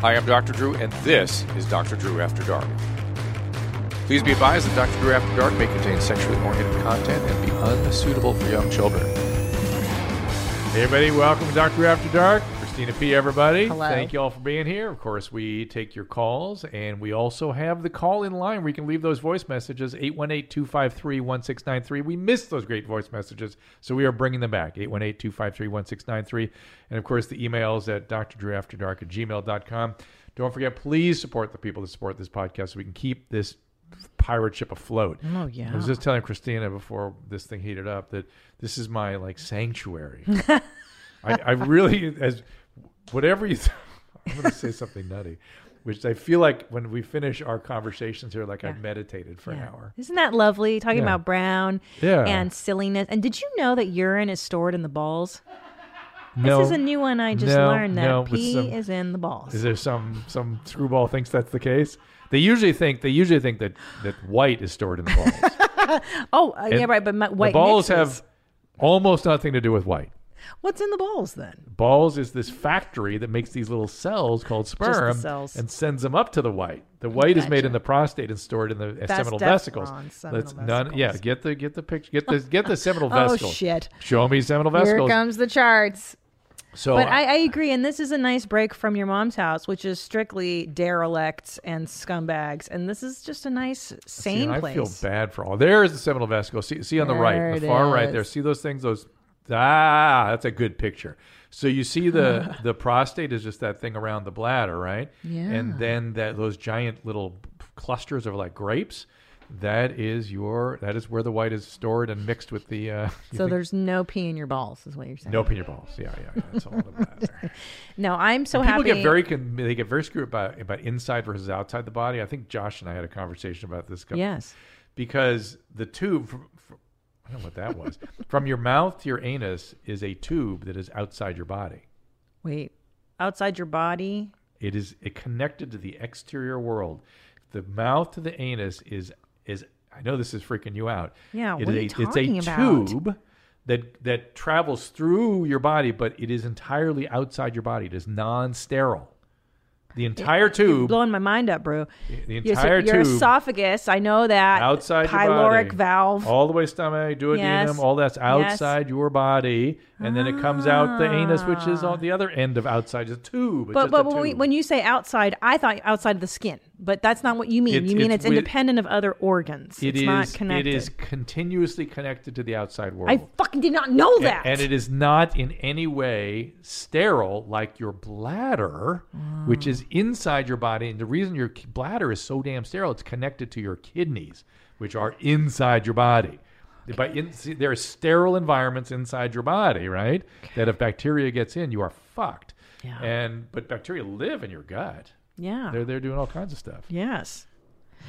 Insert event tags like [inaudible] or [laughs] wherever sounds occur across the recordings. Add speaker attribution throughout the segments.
Speaker 1: Hi, I'm Dr. Drew, and this is Dr. Drew After Dark. Please be advised that Dr. Drew After Dark may contain sexually oriented content and be unsuitable for young children.
Speaker 2: Hey everybody, welcome to Doctor After Dark. Christina P. Everybody,
Speaker 3: Hello.
Speaker 2: thank you all for being here. Of course, we take your calls, and we also have the call in line where you can leave those voice messages 818-253-1693. We missed those great voice messages, so we are bringing them back 818-253-1693, and of course the emails at drdrewafterdark at gmail.com. Don't forget, please support the people that support this podcast so we can keep this pirate ship afloat.
Speaker 3: Oh, yeah.
Speaker 2: I was just telling Christina before this thing heated up that this is my like
Speaker 3: [laughs]
Speaker 2: sanctuary. I, I really as whatever you. [laughs] I'm going to say something nutty, which I feel like when we finish our conversations here, like I meditated for an
Speaker 3: Yeah.
Speaker 2: hour.
Speaker 3: Isn't that lovely? Talking
Speaker 2: Yeah.
Speaker 3: about brown
Speaker 2: Yeah.
Speaker 3: and silliness. And did you know that urine is stored in the balls?
Speaker 2: No,
Speaker 3: This is a new one I just
Speaker 2: No,
Speaker 3: learned that
Speaker 2: no, but
Speaker 3: pee
Speaker 2: some-
Speaker 3: is in the balls.
Speaker 2: is there some some screwball thinks that's the case? They usually think they usually think that that white is stored in the balls.
Speaker 3: oh, uh, yeah,
Speaker 2: And
Speaker 3: right. But my, [laughs] white
Speaker 2: the balls
Speaker 3: mixes.
Speaker 2: have almost nothing to do with white.
Speaker 3: what's in the balls then?
Speaker 2: Balls is this factory that makes these little cells called
Speaker 3: the
Speaker 2: sperm
Speaker 3: cells.
Speaker 2: and sends them up to the white. The white is made in the prostate and stored in the uh, seminal
Speaker 3: def-
Speaker 2: vesicles.
Speaker 3: on seminal
Speaker 2: yeah,
Speaker 3: vesicles.
Speaker 2: get the get the picture. Get the
Speaker 3: [laughs]
Speaker 2: get the seminal
Speaker 3: Oh,
Speaker 2: vesicles.
Speaker 3: shit.
Speaker 2: Show me seminal
Speaker 3: Here
Speaker 2: vesicles. Oh,
Speaker 3: comes the charts.
Speaker 2: So
Speaker 3: But
Speaker 2: I,
Speaker 3: I, I agree, and this is a nice break from your mom's house, which is strictly derelicts and scumbags, and this is just a nice,
Speaker 2: see,
Speaker 3: sane
Speaker 2: and I
Speaker 3: place.
Speaker 2: feel bad for all. There's the seminal vesicles. See, see on the
Speaker 3: There
Speaker 2: right,
Speaker 3: it
Speaker 2: the far right
Speaker 3: is.
Speaker 2: there. See those things? Those ah, that's a good picture. So you see
Speaker 3: [laughs]
Speaker 2: the the prostate is just that thing around the bladder, right?
Speaker 3: Yeah.
Speaker 2: And then that those giant little clusters of like grapes. That is your. That is where the white is stored and mixed with the. Uh, [laughs] you
Speaker 3: So
Speaker 2: think-
Speaker 3: there's no pee in your balls, is what you're saying.
Speaker 2: no pin your balls. Yeah, yeah, yeah. It's all in the bladder.
Speaker 3: No, I'm [laughs] so
Speaker 2: People
Speaker 3: happy.
Speaker 2: get very con- they get very screwed about about inside versus outside the body. I think Josh and I had a conversation about this. couple-
Speaker 3: yes.
Speaker 2: because the tube from, from, I don't know what that
Speaker 3: [laughs]
Speaker 2: was. from your mouth to your anus is a tube that is outside your body.
Speaker 3: Wait, outside your body?
Speaker 2: It is it connected to the exterior world. The mouth to the anus is is I know this is freaking you out.
Speaker 3: Yeah,
Speaker 2: It is
Speaker 3: what are you
Speaker 2: a,
Speaker 3: talking
Speaker 2: It's a
Speaker 3: about?
Speaker 2: tube that that travels through your body, but it is entirely outside your body. It is non-sterile. The entire tube,
Speaker 3: Blowing my mind up, bro.
Speaker 2: the
Speaker 3: Your,
Speaker 2: entire
Speaker 3: your
Speaker 2: tube,
Speaker 3: esophagus, I know that.
Speaker 2: outside
Speaker 3: Pyloric
Speaker 2: your body,
Speaker 3: valve.
Speaker 2: all the way stomach, duodenum,
Speaker 3: Yes.
Speaker 2: all that's
Speaker 3: Yes.
Speaker 2: outside your body, and then it comes out the anus, which is on the other end of outside, it's a tube. It's
Speaker 3: but
Speaker 2: just
Speaker 3: but
Speaker 2: a
Speaker 3: when, we,
Speaker 2: tube.
Speaker 3: when you say outside, I thought outside of the skin, but that's not what you mean.
Speaker 2: It's-
Speaker 3: you mean
Speaker 2: it's
Speaker 3: it's,
Speaker 2: with-
Speaker 3: independent of other organs.
Speaker 2: It
Speaker 3: it's not
Speaker 2: is-
Speaker 3: connected.
Speaker 2: it is continuously connected to the outside world.
Speaker 3: I fucking did not know
Speaker 2: A-
Speaker 3: that.
Speaker 2: And it is not in any way sterile like your bladder, which is inside your body. And the reason your k- bladder is so damn sterile, it's connected to your kidneys, which are inside your body. But in, see, there are sterile environments inside your body, right? That if bacteria gets in, you are fucked.
Speaker 3: Yeah.
Speaker 2: And but bacteria live in your gut.
Speaker 3: yeah.
Speaker 2: They're there doing all kinds of stuff.
Speaker 3: yes.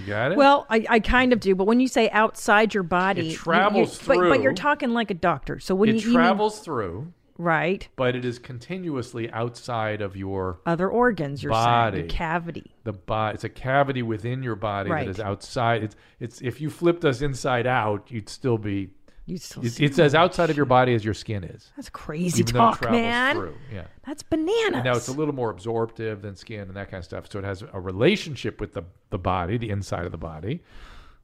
Speaker 2: You got it?
Speaker 3: Well, I, I kind of do, but when you say outside your body, you- you-
Speaker 2: travels
Speaker 3: But, but
Speaker 2: through.
Speaker 3: you're talking like a doctor. So when
Speaker 2: it
Speaker 3: you you mean-
Speaker 2: travels through,
Speaker 3: right,
Speaker 2: but it is continuously outside of your
Speaker 3: other organs, you're saying,
Speaker 2: Body.
Speaker 3: your cavity.
Speaker 2: the body it's a cavity within your body
Speaker 3: Right.
Speaker 2: that is outside it's it's if you flipped us inside out you'd still be
Speaker 3: You still
Speaker 2: it's,
Speaker 3: see-
Speaker 2: it's as outside of your body as your skin is
Speaker 3: That's crazy
Speaker 2: even
Speaker 3: talk,
Speaker 2: though it travels
Speaker 3: man.
Speaker 2: through yeah
Speaker 3: That's bananas.
Speaker 2: now it's a little more absorptive than skin and that kind of stuff so it has a relationship with the the body the inside of the body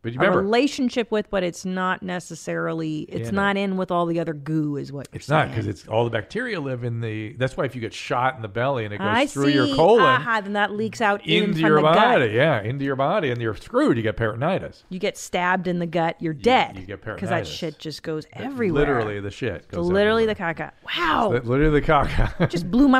Speaker 2: but you
Speaker 3: a
Speaker 2: remember
Speaker 3: relationship with, but it's not necessarily. It's
Speaker 2: Yeah.
Speaker 3: not in with all the other goo, is what you're
Speaker 2: it's not
Speaker 3: saying.
Speaker 2: because it's all the bacteria live in the that's why if you get shot in the belly and it goes
Speaker 3: I
Speaker 2: through
Speaker 3: see.
Speaker 2: your colon
Speaker 3: Aha, then that leaks out in
Speaker 2: into
Speaker 3: from
Speaker 2: your
Speaker 3: the gut.
Speaker 2: body yeah into your body and you're screwed you get peritonitis
Speaker 3: You get stabbed in the gut, you're dead.
Speaker 2: you get
Speaker 3: that
Speaker 2: peritonitis.
Speaker 3: shit just goes everywhere.
Speaker 2: literally the shit goes
Speaker 3: literally
Speaker 2: everywhere.
Speaker 3: the caca. Wow,
Speaker 2: That- literally the [laughs] caca.
Speaker 3: just blew my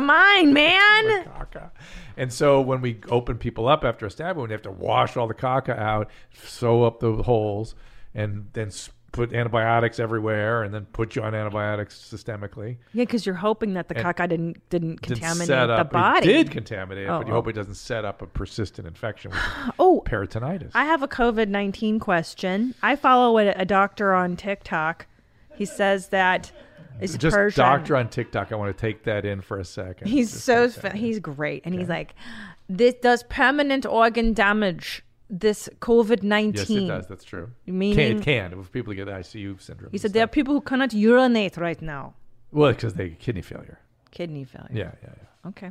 Speaker 2: [laughs]
Speaker 3: mind, man.
Speaker 2: caca. And so when we open people up after a stab wound, they have to wash all the caca out, sew up the holes, and then s- put antibiotics everywhere, and then put you on antibiotics systemically.
Speaker 3: Yeah, because you're hoping that the caca didn't
Speaker 2: Didn't
Speaker 3: didn't contaminate
Speaker 2: set up,
Speaker 3: the body.
Speaker 2: It did contaminate it, but you
Speaker 3: Oh.
Speaker 2: hope it doesn't set up a persistent infection with
Speaker 3: [sighs] Oh,
Speaker 2: peritonitis.
Speaker 3: I have a COVID 19 question. I follow a, a doctor on TikTok. He says that he's
Speaker 2: Just
Speaker 3: Persian.
Speaker 2: doctor on TikTok. I want to take that in for a second.
Speaker 3: He's
Speaker 2: Just
Speaker 3: so
Speaker 2: like that.
Speaker 3: fa- he's great, and he's like, "This does permanent organ damage. This COVID
Speaker 2: yes,
Speaker 3: nineteen.
Speaker 2: it does. That's true. can,
Speaker 3: Meaning-
Speaker 2: it can if people get ICU syndrome.
Speaker 3: He
Speaker 2: and
Speaker 3: said there are
Speaker 2: stuff.
Speaker 3: people who cannot urinate right now,
Speaker 2: well because they get kidney failure.
Speaker 3: kidney failure.
Speaker 2: Yeah, yeah, yeah.
Speaker 3: Okay.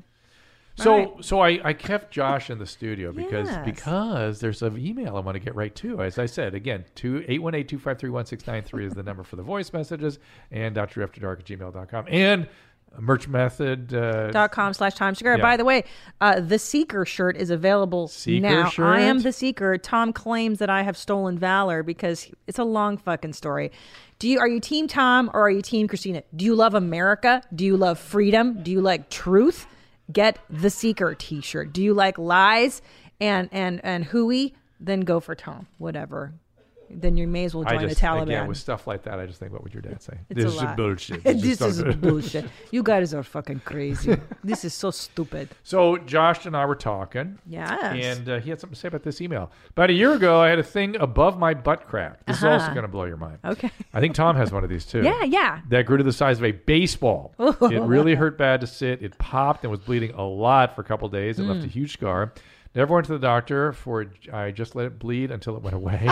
Speaker 2: So
Speaker 3: All
Speaker 2: so I, I kept Josh in the studio because
Speaker 3: Yes.
Speaker 2: because there's an email I want to get right to. As I said, again, two eight one eight two five three one six nine three is the number for the voice messages and Dr. After Dark at gmail.com and merch method uh,
Speaker 3: dot com slash Tom Segura.
Speaker 2: Yeah.
Speaker 3: By the way, uh, the Seeker shirt is available
Speaker 2: Seeker
Speaker 3: now. I am
Speaker 2: shirt?
Speaker 3: the Seeker. Tom claims that I have stolen valor because he- it's a long fucking story. Do you are you team Tom or are you team Christina? Do you love America? Do you love freedom? Do you like truth? Get the Seeker T-shirt. Do you like lies and and and hooey? Then go for Tom. Whatever. Then you may as well
Speaker 2: I
Speaker 3: join
Speaker 2: just
Speaker 3: the Taliban.
Speaker 2: again
Speaker 3: [laughs]
Speaker 2: with stuff like that I just think what would your dad say?
Speaker 3: It's a
Speaker 2: this is
Speaker 3: lot. [laughs]
Speaker 2: bullshit.
Speaker 3: this
Speaker 2: not
Speaker 3: is
Speaker 2: good.
Speaker 3: bullshit. You guys are fucking
Speaker 2: [laughs]
Speaker 3: crazy. this is so stupid.
Speaker 2: So Josh and I were talking.
Speaker 3: Yes.
Speaker 2: And uh, he had something to say about this email. About a year ago, I had a thing above my butt crack. This is also
Speaker 3: Uh-huh.
Speaker 2: going to blow your mind.
Speaker 3: okay.
Speaker 2: I think Tom has one of these too.
Speaker 3: Yeah, yeah. Oh.
Speaker 2: That grew to the size of a baseball. it really hurt bad to sit. It popped and was bleeding a lot for a couple days. It
Speaker 3: Mm.
Speaker 2: left a huge scar. Never went to the doctor for it. I just let it bleed until it went
Speaker 3: [laughs]
Speaker 2: away.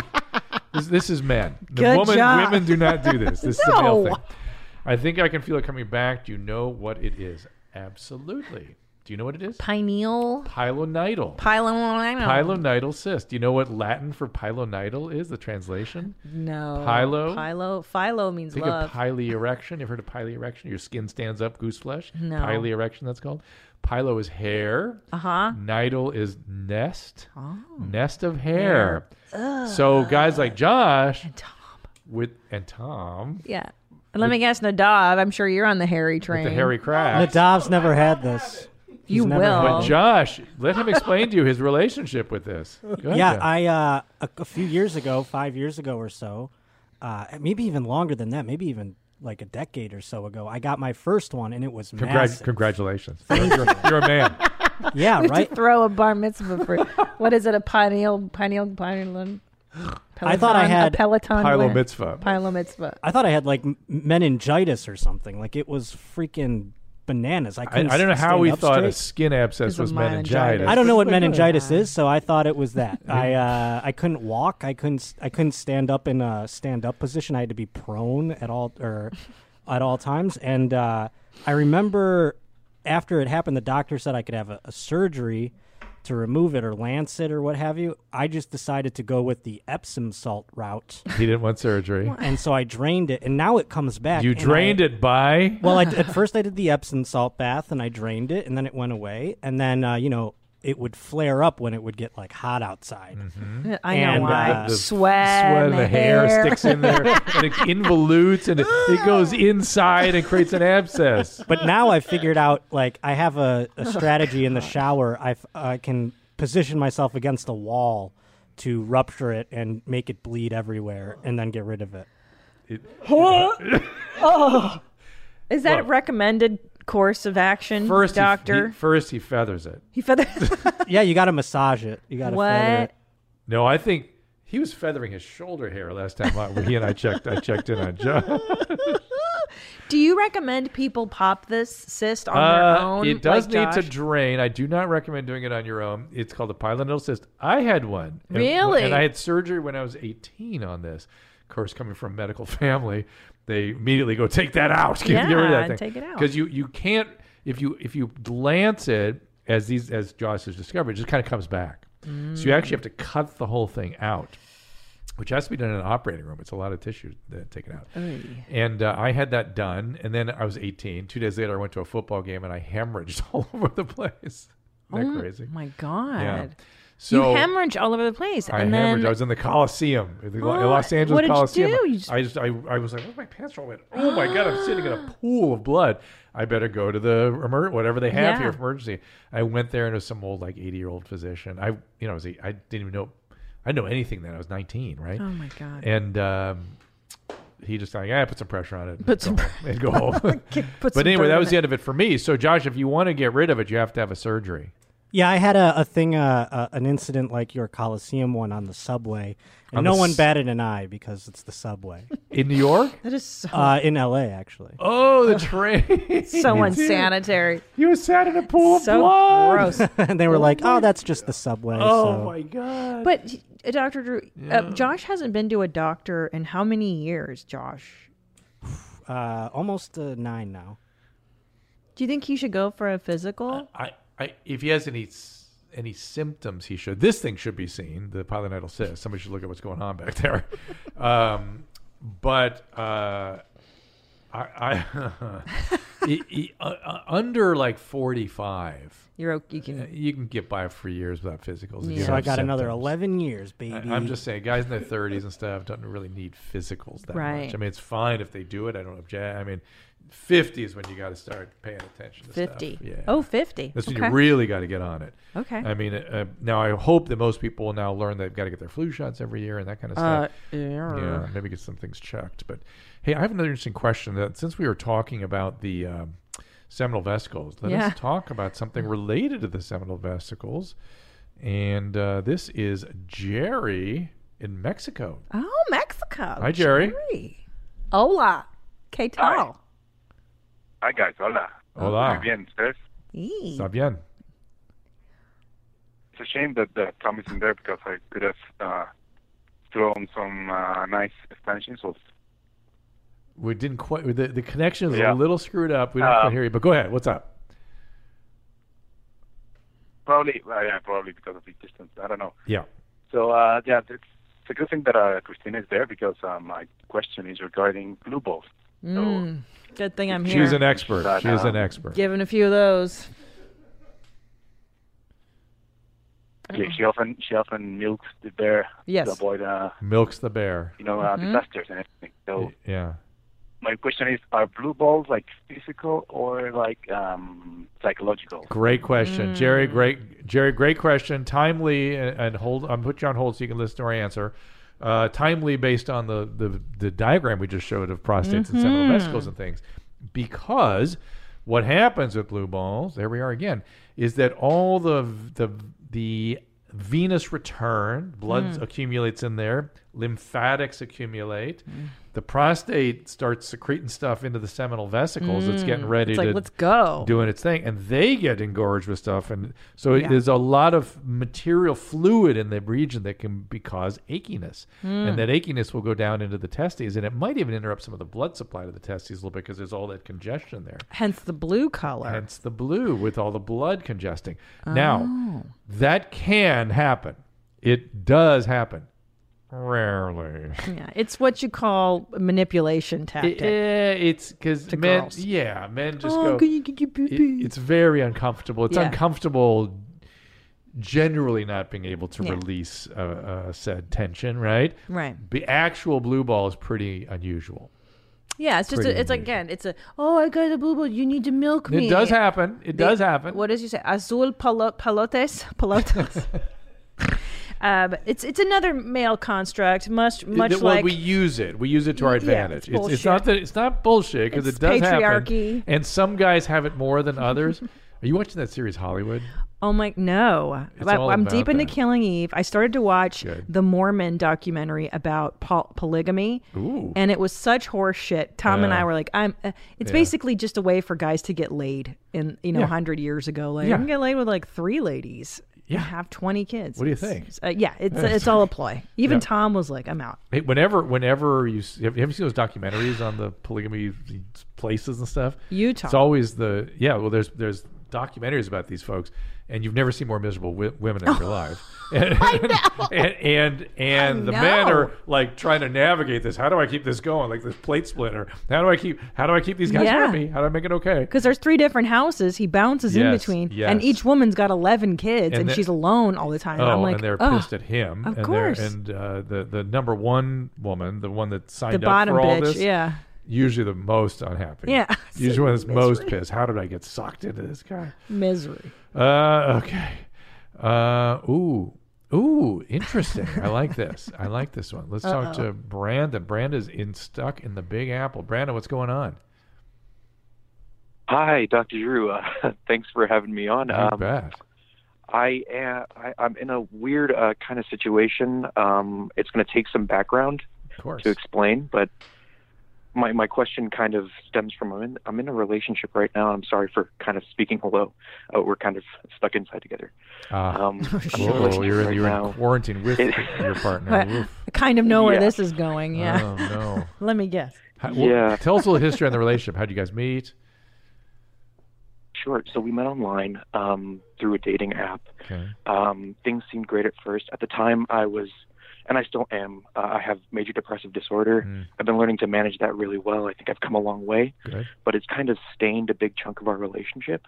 Speaker 2: this, this is men. The
Speaker 3: Good
Speaker 2: woman,
Speaker 3: job.
Speaker 2: women do not do this. This is a male
Speaker 3: No.
Speaker 2: thing. I think I can feel it coming back. Do you know what it is? Absolutely. Do you know what it is?
Speaker 3: Pineal.
Speaker 2: Pilonidal.
Speaker 3: Pylon.
Speaker 2: Pilonidal cyst. Do you know what Latin for pilonidal is? The translation.
Speaker 3: No.
Speaker 2: Pylo?
Speaker 3: Pylo. Philo means
Speaker 2: Think
Speaker 3: love.
Speaker 2: of pili erection. You've heard of pili erection? Your skin stands up, goose flesh.
Speaker 3: No.
Speaker 2: Pili erection, that's called. Pilo is hair.
Speaker 3: uh huh.
Speaker 2: Nidal is nest.
Speaker 3: Oh.
Speaker 2: Nest of hair. So guys like Josh with and Tom
Speaker 3: Yeah. And let me guess, Nadav. I'm sure you're on the hairy train.
Speaker 2: with the hairy crack.
Speaker 4: Nadav's never had this.
Speaker 3: [laughs] You
Speaker 4: He's never
Speaker 3: will.
Speaker 4: had
Speaker 2: But
Speaker 4: it.
Speaker 2: Josh, let him explain to you his relationship with
Speaker 4: [laughs]
Speaker 2: this. Go ahead,
Speaker 4: Yeah,
Speaker 2: Josh.
Speaker 4: I uh, a, a few years ago, five years ago or so, uh, maybe even longer than that, maybe even like a decade or so ago, I got my first one, and it was
Speaker 2: Congrat-
Speaker 4: massive.
Speaker 2: congratulations. You're, you're a man.
Speaker 4: yeah, right.
Speaker 3: To throw a bar mitzvah
Speaker 2: [laughs]
Speaker 3: for what is it? A pineal, pineal, pineal. um,
Speaker 4: I thought I
Speaker 3: Peloton?
Speaker 4: had
Speaker 3: a peloton.
Speaker 2: Pilo
Speaker 3: what?
Speaker 2: mitzvah.
Speaker 3: Pilo mitzvah.
Speaker 4: I thought I had like m- meningitis or something. Like it was freaking bananas. I
Speaker 2: I,
Speaker 4: couldn't.
Speaker 2: I don't know
Speaker 4: s-
Speaker 2: how
Speaker 4: stand
Speaker 2: we
Speaker 4: up
Speaker 2: thought a
Speaker 4: straight.
Speaker 2: skin abscess
Speaker 3: It's a
Speaker 2: was
Speaker 3: meningitis.
Speaker 2: meningitis.
Speaker 4: I don't know what
Speaker 3: Pretty good.
Speaker 4: meningitis is, so I thought it [laughs] was that. I uh, I couldn't walk. I couldn't s- I couldn't stand up in a stand up position. I had to be prone at all or at all times. And uh, I remember after it happened, the doctor said I could have a, a surgery to remove it or lance it or what have you. I just decided to go with the Epsom salt route,
Speaker 2: He didn't want surgery.
Speaker 4: and so I drained it, and now it comes back.
Speaker 2: You
Speaker 4: and I-
Speaker 2: drained it by
Speaker 4: well, I, at first I did the Epsom salt bath and I drained it, and then it went away. And then uh, you know it would flare up when it would get like hot outside.
Speaker 2: Mm-hmm.
Speaker 3: I know
Speaker 4: And,
Speaker 3: why.
Speaker 4: uh,
Speaker 2: the
Speaker 3: sweat.
Speaker 2: sweat and
Speaker 3: and
Speaker 2: the hair, sticks in there and it involutes and it, it [laughs] goes inside and creates an abscess.
Speaker 4: But
Speaker 2: [laughs]
Speaker 4: now I figured out like I have a, a strategy in the shower. I f- I can position myself against a wall to rupture it and make it bleed everywhere, and then get rid of it.
Speaker 3: Is that
Speaker 2: Look.
Speaker 3: recommended course of action,
Speaker 2: First, he-
Speaker 3: doctor?
Speaker 2: He, first he feathers it. [laughs]
Speaker 3: He feather.
Speaker 4: Yeah, you got to massage it. You got to feather
Speaker 3: what?
Speaker 4: it.
Speaker 2: No, I think he was feathering his shoulder hair last time I, when he and I checked. I checked in on Joe.
Speaker 3: Do you recommend people pop this cyst on
Speaker 2: Uh,
Speaker 3: their own?
Speaker 2: it does
Speaker 3: like
Speaker 2: need to
Speaker 3: Josh?
Speaker 2: drain. I do not recommend doing it on your own. It's called a pilonidal cyst. I had one. And-
Speaker 3: Really?
Speaker 2: And I had surgery when I was 18 on this. Of course, coming from a medical [laughs] family, they immediately go take that out. [laughs] Get rid of
Speaker 3: Yeah,
Speaker 2: that thing.
Speaker 3: take it out.
Speaker 2: Because you you can't if you if you glance it as these as Josh has discovered, it just kind of comes back. So you
Speaker 3: Mm.
Speaker 2: actually have to cut the whole thing out which has to be done in an operating room. It's a lot of tissue that taken out. And uh, I had that done, and then I was 18. Two days later, I went to a football game and I hemorrhaged [laughs] all over the place. Isn't that crazy?
Speaker 3: Oh My God.
Speaker 2: Yeah.
Speaker 3: You
Speaker 2: So
Speaker 3: hemorrhage all over the place,
Speaker 2: I hemorrhaged.
Speaker 3: and then
Speaker 2: I was in the Coliseum, in the
Speaker 3: Oh,
Speaker 2: Los Angeles
Speaker 3: what did you
Speaker 2: Coliseum.
Speaker 3: do? You just-
Speaker 2: I just, I, I was like, oh, my pants are all wet. Oh my God, I'm sitting in
Speaker 3: [gasps]
Speaker 2: a pool of blood. I better go to the emer- whatever they have
Speaker 3: Yeah.
Speaker 2: here for emergency. I went there and it was some old like 80 year old physician. I, you know, I was, eight- I didn't even know, I didn't know anything then. I was 19, right?
Speaker 3: oh my God.
Speaker 2: and um, he just like, I put some pressure on it. and
Speaker 3: Put
Speaker 2: go
Speaker 3: some
Speaker 2: home,"
Speaker 3: [laughs]
Speaker 2: and go home.
Speaker 3: Put
Speaker 2: but
Speaker 3: some
Speaker 2: anyway,
Speaker 3: dirt
Speaker 2: that
Speaker 3: in
Speaker 2: was
Speaker 3: it.
Speaker 2: the end of it for me. So Josh, if you want to get rid of it, you have to have a surgery.
Speaker 4: Yeah, I had a, a thing, uh, uh, an incident like your Coliseum one on the subway, and
Speaker 2: On the
Speaker 4: no one
Speaker 2: s-
Speaker 4: batted an eye because it's the subway.
Speaker 2: In New York?
Speaker 3: That is so,
Speaker 4: Uh, in LA, actually.
Speaker 2: [laughs] Oh, [laughs] the train.
Speaker 3: so unsanitary.
Speaker 2: [laughs] You were sat in a pool of
Speaker 3: So
Speaker 2: Oh, blood.
Speaker 3: gross.
Speaker 4: and [laughs] they were like, "Oh, that's just the subway."
Speaker 2: Oh
Speaker 4: so.
Speaker 2: my god.
Speaker 3: But uh, Dr. Drew, uh, Josh hasn't been to a doctor in how many years, Josh?
Speaker 4: uh, almost uh, nine now.
Speaker 3: Do you think he should go for a physical?
Speaker 2: I I, if he has any s- any symptoms, he should. This thing should be seen. The pilonidal cyst. Somebody should look at what's going on back there. um, but uh, I, I [laughs] he- he- uh, uh, under like forty five,
Speaker 3: You're okay. You can.
Speaker 2: you can get by for years without physicals. if you
Speaker 3: Yeah.
Speaker 4: So I
Speaker 2: have
Speaker 4: got another
Speaker 2: symptoms.
Speaker 4: 11 years, baby.
Speaker 2: I, am just saying, guys in their 30s and stuff don't really need physicals that
Speaker 3: Right.
Speaker 2: much. I mean, it's fine if they do it. I don't object. I mean, 50 is when you got to start paying attention to
Speaker 3: 50.
Speaker 2: stuff. Yeah.
Speaker 3: Oh, 50.
Speaker 2: That's when
Speaker 3: okay.
Speaker 2: you really got to get on it.
Speaker 3: Okay.
Speaker 2: I mean, uh, now I hope that most people will now learn they've got to get their flu shots every year and that kind of
Speaker 3: uh,
Speaker 2: stuff. Yeah, maybe get some things checked. But hey, I have another interesting question that since we were talking about the um, seminal vesicles, let
Speaker 3: Yeah.
Speaker 2: us talk about something related to the seminal vesicles. And uh, this is Jerry in Mexico.
Speaker 3: Oh, Mexico.
Speaker 2: Hi, Jerry.
Speaker 3: Jerry. Hola. ¿Qué tal?
Speaker 5: Hi guys, hola.
Speaker 2: Hola.
Speaker 5: Muy bien, ustedes?
Speaker 3: Ee.
Speaker 2: Está bien.
Speaker 5: It's a shame that uh, Tom isn't there because I could have uh, thrown some uh, nice Spanish insults.
Speaker 2: We didn't quite. The, the connection is a
Speaker 5: Yeah.
Speaker 2: little screwed up. We don't quite
Speaker 5: Um,
Speaker 2: hear you. But go ahead. What's up?
Speaker 5: Probably, well, yeah, probably because of the distance. I don't know.
Speaker 2: Yeah.
Speaker 5: So uh, yeah, it's, it's a good thing that uh, Christina is there because uh, my question is regarding blue balls. So
Speaker 3: Good thing I'm here.
Speaker 2: She's an expert.
Speaker 5: Shut
Speaker 2: She is an
Speaker 5: up.
Speaker 2: expert.
Speaker 3: Giving a few of those.
Speaker 5: yeah, she often she often milks the bear
Speaker 3: Yes.
Speaker 5: to avoid uh,
Speaker 2: Milks the bear.
Speaker 5: you know uh, disasters and everything. So
Speaker 2: Yeah.
Speaker 5: my question is, are blue balls like physical or like um, psychological?
Speaker 2: Great question,
Speaker 3: Mm.
Speaker 2: Jerry. Great, Jerry. Great question. Timely and, and hold. I'm put you on hold so you can listen to our answer. Uh, timely based on the, the the diagram we just showed of prostates and seminal
Speaker 3: Mm-hmm.
Speaker 2: vesicles and things, because what happens with blue balls? There we are again. Is that all the the the venous return blood
Speaker 3: Mm.
Speaker 2: accumulates in there lymphatics accumulate
Speaker 3: Mm.
Speaker 2: the prostate starts secreting stuff into the seminal vesicles it's getting ready
Speaker 3: Mm. It's like,
Speaker 2: to
Speaker 3: let's go.
Speaker 2: doing its thing and they get engorged with stuff and so
Speaker 3: Yeah.
Speaker 2: there's a lot of material fluid in the region that can be cause achiness
Speaker 3: Hmm.
Speaker 2: and that achiness will go down into the testes and it might even interrupt some of the blood supply to the testes a little bit because there's all that congestion there
Speaker 3: Hence the blue
Speaker 2: [laughs]
Speaker 3: color.
Speaker 2: hence the blue with all the blood congesting
Speaker 3: Oh.
Speaker 2: now that can happen it does happen rarely
Speaker 3: yeah, it's what you call manipulation tactic.
Speaker 2: Eh, it's because
Speaker 3: To
Speaker 2: men
Speaker 3: girls.
Speaker 2: yeah men just
Speaker 3: oh,
Speaker 2: go
Speaker 3: can you get your
Speaker 2: it-
Speaker 3: pee-pee?
Speaker 2: it's very uncomfortable. It's
Speaker 3: Yeah.
Speaker 2: uncomfortable generally not being able to
Speaker 3: Yeah.
Speaker 2: release uh, uh, said tension, right?
Speaker 3: Right.
Speaker 2: The actual blue ball is pretty unusual.
Speaker 3: Yeah, it's just
Speaker 2: pretty
Speaker 3: a, it's
Speaker 2: amazing.
Speaker 3: again, it's a oh, I got a blue ball. You need to milk me.
Speaker 2: It does happen. It does happen.
Speaker 3: What does you say? Azul palo-
Speaker 2: [laughs]
Speaker 3: palotes, palotes. [laughs] um, it's it's another male construct, much
Speaker 2: It-
Speaker 3: much
Speaker 2: that- well,
Speaker 3: like
Speaker 2: we use it. We use it to our
Speaker 3: Yeah, it's
Speaker 2: advantage. it's, it's
Speaker 3: bullshit.
Speaker 2: not that it's not bullshit because
Speaker 3: It's
Speaker 2: it does
Speaker 3: patriarchy.
Speaker 2: happen. And some guys have it more
Speaker 3: [laughs]
Speaker 2: than others. Are you watching that series Hollywood?
Speaker 3: oh my no,
Speaker 2: It's
Speaker 3: I,
Speaker 2: all
Speaker 3: I'm
Speaker 2: about
Speaker 3: deep into
Speaker 2: that.
Speaker 3: Killing Eve. I started to watch
Speaker 2: Good.
Speaker 3: the Mormon documentary about pol- polygamy,
Speaker 2: Ooh.
Speaker 3: and it was such horse shit. Tom and
Speaker 2: Yeah.
Speaker 3: I were like, I'm. Uh, it's
Speaker 2: Yeah.
Speaker 3: basically just a way for guys to get laid in you know
Speaker 2: Yeah.
Speaker 3: hundred years ago. Like
Speaker 2: Yeah.
Speaker 3: you can get laid with like three ladies. and
Speaker 2: Yeah.
Speaker 3: have twenty kids.
Speaker 2: What do you
Speaker 3: It's-
Speaker 2: think?
Speaker 3: it's- Uh, yeah, it's it's all a ploy. Even
Speaker 2: Yeah.
Speaker 3: Tom was like, "I'm out."
Speaker 2: Hey, whenever, whenever you s- have, have you seen those documentaries on the polygamy places and stuff?
Speaker 3: Utah.
Speaker 2: It's always the yeah. Well, there's there's documentaries about these folks, and you've never seen more miserable wi- women in
Speaker 3: Oh,
Speaker 2: your
Speaker 3: [laughs]
Speaker 2: life. And, [laughs] and and and the men
Speaker 3: know.
Speaker 2: are like trying to navigate this. How do I keep this going? Like this plate splitter. How do I keep how do I keep these guys
Speaker 3: Yeah.
Speaker 2: happy? How do I make it okay?
Speaker 3: Because there's three different houses he bounces in
Speaker 2: Yes,
Speaker 3: between,
Speaker 2: yes.
Speaker 3: and each woman's got 11 kids, and,
Speaker 2: And the-
Speaker 3: she's alone all the time.
Speaker 2: Oh,
Speaker 3: I'm like,
Speaker 2: and they're
Speaker 3: "Ugh."
Speaker 2: pissed at him.
Speaker 3: of
Speaker 2: and
Speaker 3: course.
Speaker 2: They're, and uh, the the number one woman, the one that signed
Speaker 3: the
Speaker 2: up
Speaker 3: bottom
Speaker 2: for all
Speaker 3: bitch.
Speaker 2: this,
Speaker 3: Yeah.
Speaker 2: usually the most unhappy.
Speaker 3: Yeah. [laughs]
Speaker 2: Usually one that's most pissed. How did I get sucked into this guy?
Speaker 3: Misery.
Speaker 2: Uh, okay. Uh, ooh. Ooh, interesting. I
Speaker 3: [laughs]
Speaker 2: like this. I like this one. Let's talk to Brandon. Brandon's in stuck in the Big Apple. Brandon, what's going on?
Speaker 6: Hi, Dr. Drew. Uh, thanks for having me on.
Speaker 2: You
Speaker 6: Um,
Speaker 2: bet.
Speaker 6: I, uh, I I'm in a weird uh, kind of situation. Um, it's going to take some background
Speaker 2: Of course.
Speaker 6: to explain, but my my question kind of stems from I'm in, I'm in a relationship right now. I'm sorry for kind of speaking hello. Uh, we're kind of stuck
Speaker 2: [laughs]
Speaker 6: inside together.
Speaker 2: Uh,
Speaker 6: Um, I'm in a
Speaker 2: whoa,
Speaker 6: relationship
Speaker 2: you're, in-
Speaker 6: right
Speaker 2: you're
Speaker 6: now.
Speaker 2: in quarantine with
Speaker 6: [laughs]
Speaker 2: your partner.
Speaker 3: But
Speaker 2: Oof.
Speaker 3: I kind of know where
Speaker 6: Yeah.
Speaker 3: this is going. Yeah.
Speaker 2: Oh, no.
Speaker 3: [laughs] Let me guess.
Speaker 2: How,
Speaker 6: Yeah.
Speaker 2: Tell us a little history on the relationship. How'd you guys meet?
Speaker 6: short. So we met online um, through a dating app.
Speaker 2: Okay.
Speaker 6: Um, things seemed great at first. At the time, I was, and I still am, uh, I have major depressive disorder.
Speaker 2: Mm.
Speaker 6: I've been learning to manage that really well. I think I've come a long way,
Speaker 2: Good.
Speaker 6: but it's kind of stained a big chunk of our relationship.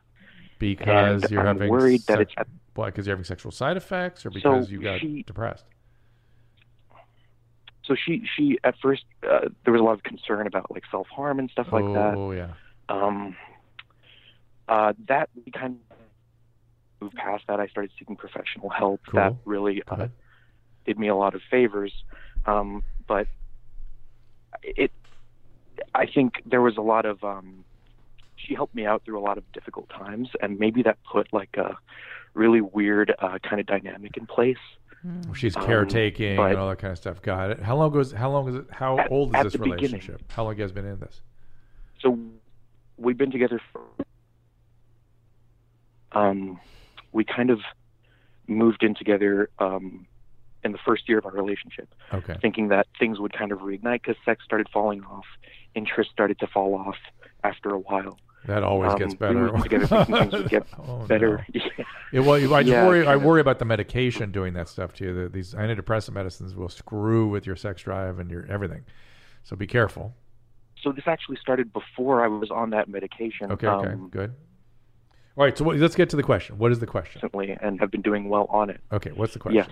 Speaker 2: Because
Speaker 6: and
Speaker 2: you're
Speaker 6: I'm
Speaker 2: having
Speaker 6: worried that
Speaker 2: se-
Speaker 6: it's at
Speaker 2: why? Because you're having sexual side effects, or because you got
Speaker 6: she-
Speaker 2: depressed.
Speaker 6: so she she at first uh, there was a lot of concern about like self harm and stuff like
Speaker 2: oh,
Speaker 6: that.
Speaker 2: oh, yeah.
Speaker 6: Um, uh, that we kind of moved past that. I started seeking professional help. That
Speaker 2: Cool.
Speaker 6: really
Speaker 2: Go
Speaker 6: uh,
Speaker 2: ahead.
Speaker 6: did me a lot of favors. Um, but it, I think there was a lot of. Um, she helped me out through a lot of difficult times, and maybe that put like a really weird uh, kind of dynamic in place.
Speaker 2: She's
Speaker 6: Um,
Speaker 2: caretaking
Speaker 6: but-
Speaker 2: and all that kind of stuff. Got it. How long goes? How long is it? How
Speaker 6: At-
Speaker 2: old is
Speaker 6: at
Speaker 2: this
Speaker 6: the beginning.
Speaker 2: relationship? How long you guys been in this?
Speaker 6: So we've been together for. Um, we kind of moved in together um, in the first year of our relationship,
Speaker 2: Okay.
Speaker 6: thinking that things would kind of reignite because sex started falling off, interest started to fall off after a while.
Speaker 2: That always
Speaker 6: Um,
Speaker 2: gets
Speaker 6: we
Speaker 2: better.
Speaker 6: were
Speaker 2: [laughs]
Speaker 6: together thinking things would get
Speaker 2: Oh, no.
Speaker 6: Better, [laughs]
Speaker 2: It, well, I just
Speaker 6: Yeah,
Speaker 2: worry. I
Speaker 6: kind of.
Speaker 2: worry about the medication doing that stuff to you. The, these antidepressant medicines will screw with your sex drive and your everything. So be careful.
Speaker 6: so this actually started before I was on that medication.
Speaker 2: Okay.
Speaker 6: um,
Speaker 2: Okay. Good. All right. So what, let's get to the question. What is the question?
Speaker 6: Recently, and have been doing well on it.
Speaker 2: Okay. What's the question?
Speaker 6: Yes.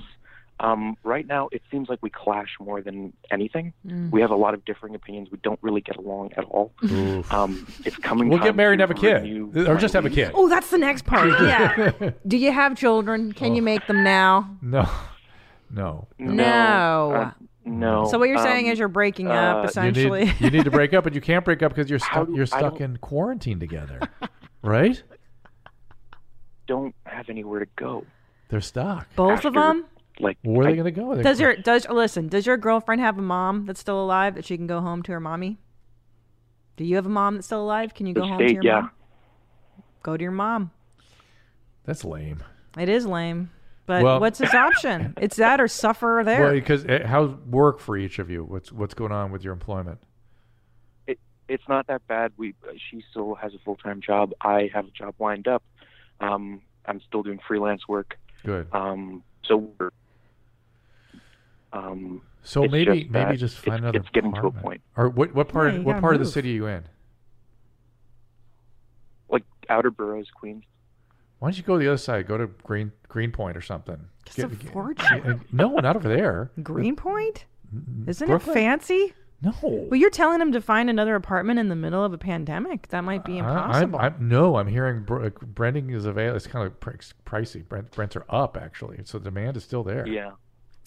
Speaker 6: Um, right now, it seems like we clash more than anything.
Speaker 3: Mm.
Speaker 6: We have a lot of differing opinions. We don't really get along at all.
Speaker 2: Oof.
Speaker 6: Um, it's coming.
Speaker 2: Mm. We'll get
Speaker 6: time
Speaker 2: married and have
Speaker 6: to
Speaker 2: a kid,
Speaker 6: renew
Speaker 2: or just
Speaker 6: my
Speaker 2: have a
Speaker 6: lease.
Speaker 2: kid.
Speaker 3: Oh, that's the
Speaker 2: [laughs]
Speaker 3: next part. Yeah. Do you have children? Can
Speaker 2: Oh.
Speaker 3: you make them now?
Speaker 2: No. No.
Speaker 3: No.
Speaker 6: uh, no.
Speaker 3: So what you're saying
Speaker 6: Um,
Speaker 3: is you're breaking up
Speaker 6: uh,
Speaker 2: You
Speaker 3: essentially.
Speaker 2: need, you need to break up, but you can't break up because you're
Speaker 6: How
Speaker 2: stuck.
Speaker 6: do-
Speaker 2: You're
Speaker 6: I
Speaker 2: stuck
Speaker 6: don't-
Speaker 2: in quarantine together, right?
Speaker 6: don't have anywhere to go.
Speaker 2: They're stuck.
Speaker 3: [laughs] Both of
Speaker 6: after-
Speaker 3: them?
Speaker 6: Like
Speaker 2: Where are
Speaker 6: I-
Speaker 2: they going to go? They-
Speaker 3: Does your does listen? Does your girlfriend have a mom that's still alive that she can go home to her mommy? Do you have a mom that's still alive? Can you go
Speaker 6: the
Speaker 3: home to
Speaker 6: state,
Speaker 3: your
Speaker 6: yeah.
Speaker 3: mom? Go to your mom.
Speaker 2: That's lame.
Speaker 3: It is lame, but
Speaker 2: Well-
Speaker 3: what's his option? It's that or suffer there.
Speaker 2: [laughs] Well, because eh, how's work for each of you? What's what's going on with your employment?
Speaker 6: It, it's not that bad. We she still has a full time job. I have a job lined up. Um, I'm still doing freelance work.
Speaker 2: Good.
Speaker 6: Um, so we're. Um,
Speaker 2: So
Speaker 6: it's
Speaker 2: maybe
Speaker 6: just
Speaker 2: maybe
Speaker 6: that
Speaker 2: just find
Speaker 6: it's-
Speaker 2: another.
Speaker 6: it's getting to a
Speaker 2: apartment.
Speaker 6: point.
Speaker 2: Or what what part
Speaker 3: Yeah, you
Speaker 2: what
Speaker 3: gotta
Speaker 2: part of the
Speaker 3: move.
Speaker 2: city are you in?
Speaker 6: like outer boroughs, Queens.
Speaker 2: Why don't you go to the other side? Go to Green Greenpoint or something.
Speaker 3: It's
Speaker 2: Get-
Speaker 3: a
Speaker 2: get-
Speaker 3: fortune.
Speaker 2: eh, [laughs] no, not over there.
Speaker 3: Greenpoint? Isn't
Speaker 2: Brooklyn?
Speaker 3: it fancy?
Speaker 2: No.
Speaker 3: Well, you're telling him to find another apartment in the middle of a pandemic. That might be
Speaker 2: Uh, I- I'm,
Speaker 3: impossible.
Speaker 2: I'm, no, I'm hearing br- uh, Brenting is available. It's kind of pr- pricey. Brent, Brents are up actually, so demand is still there.
Speaker 6: Yeah.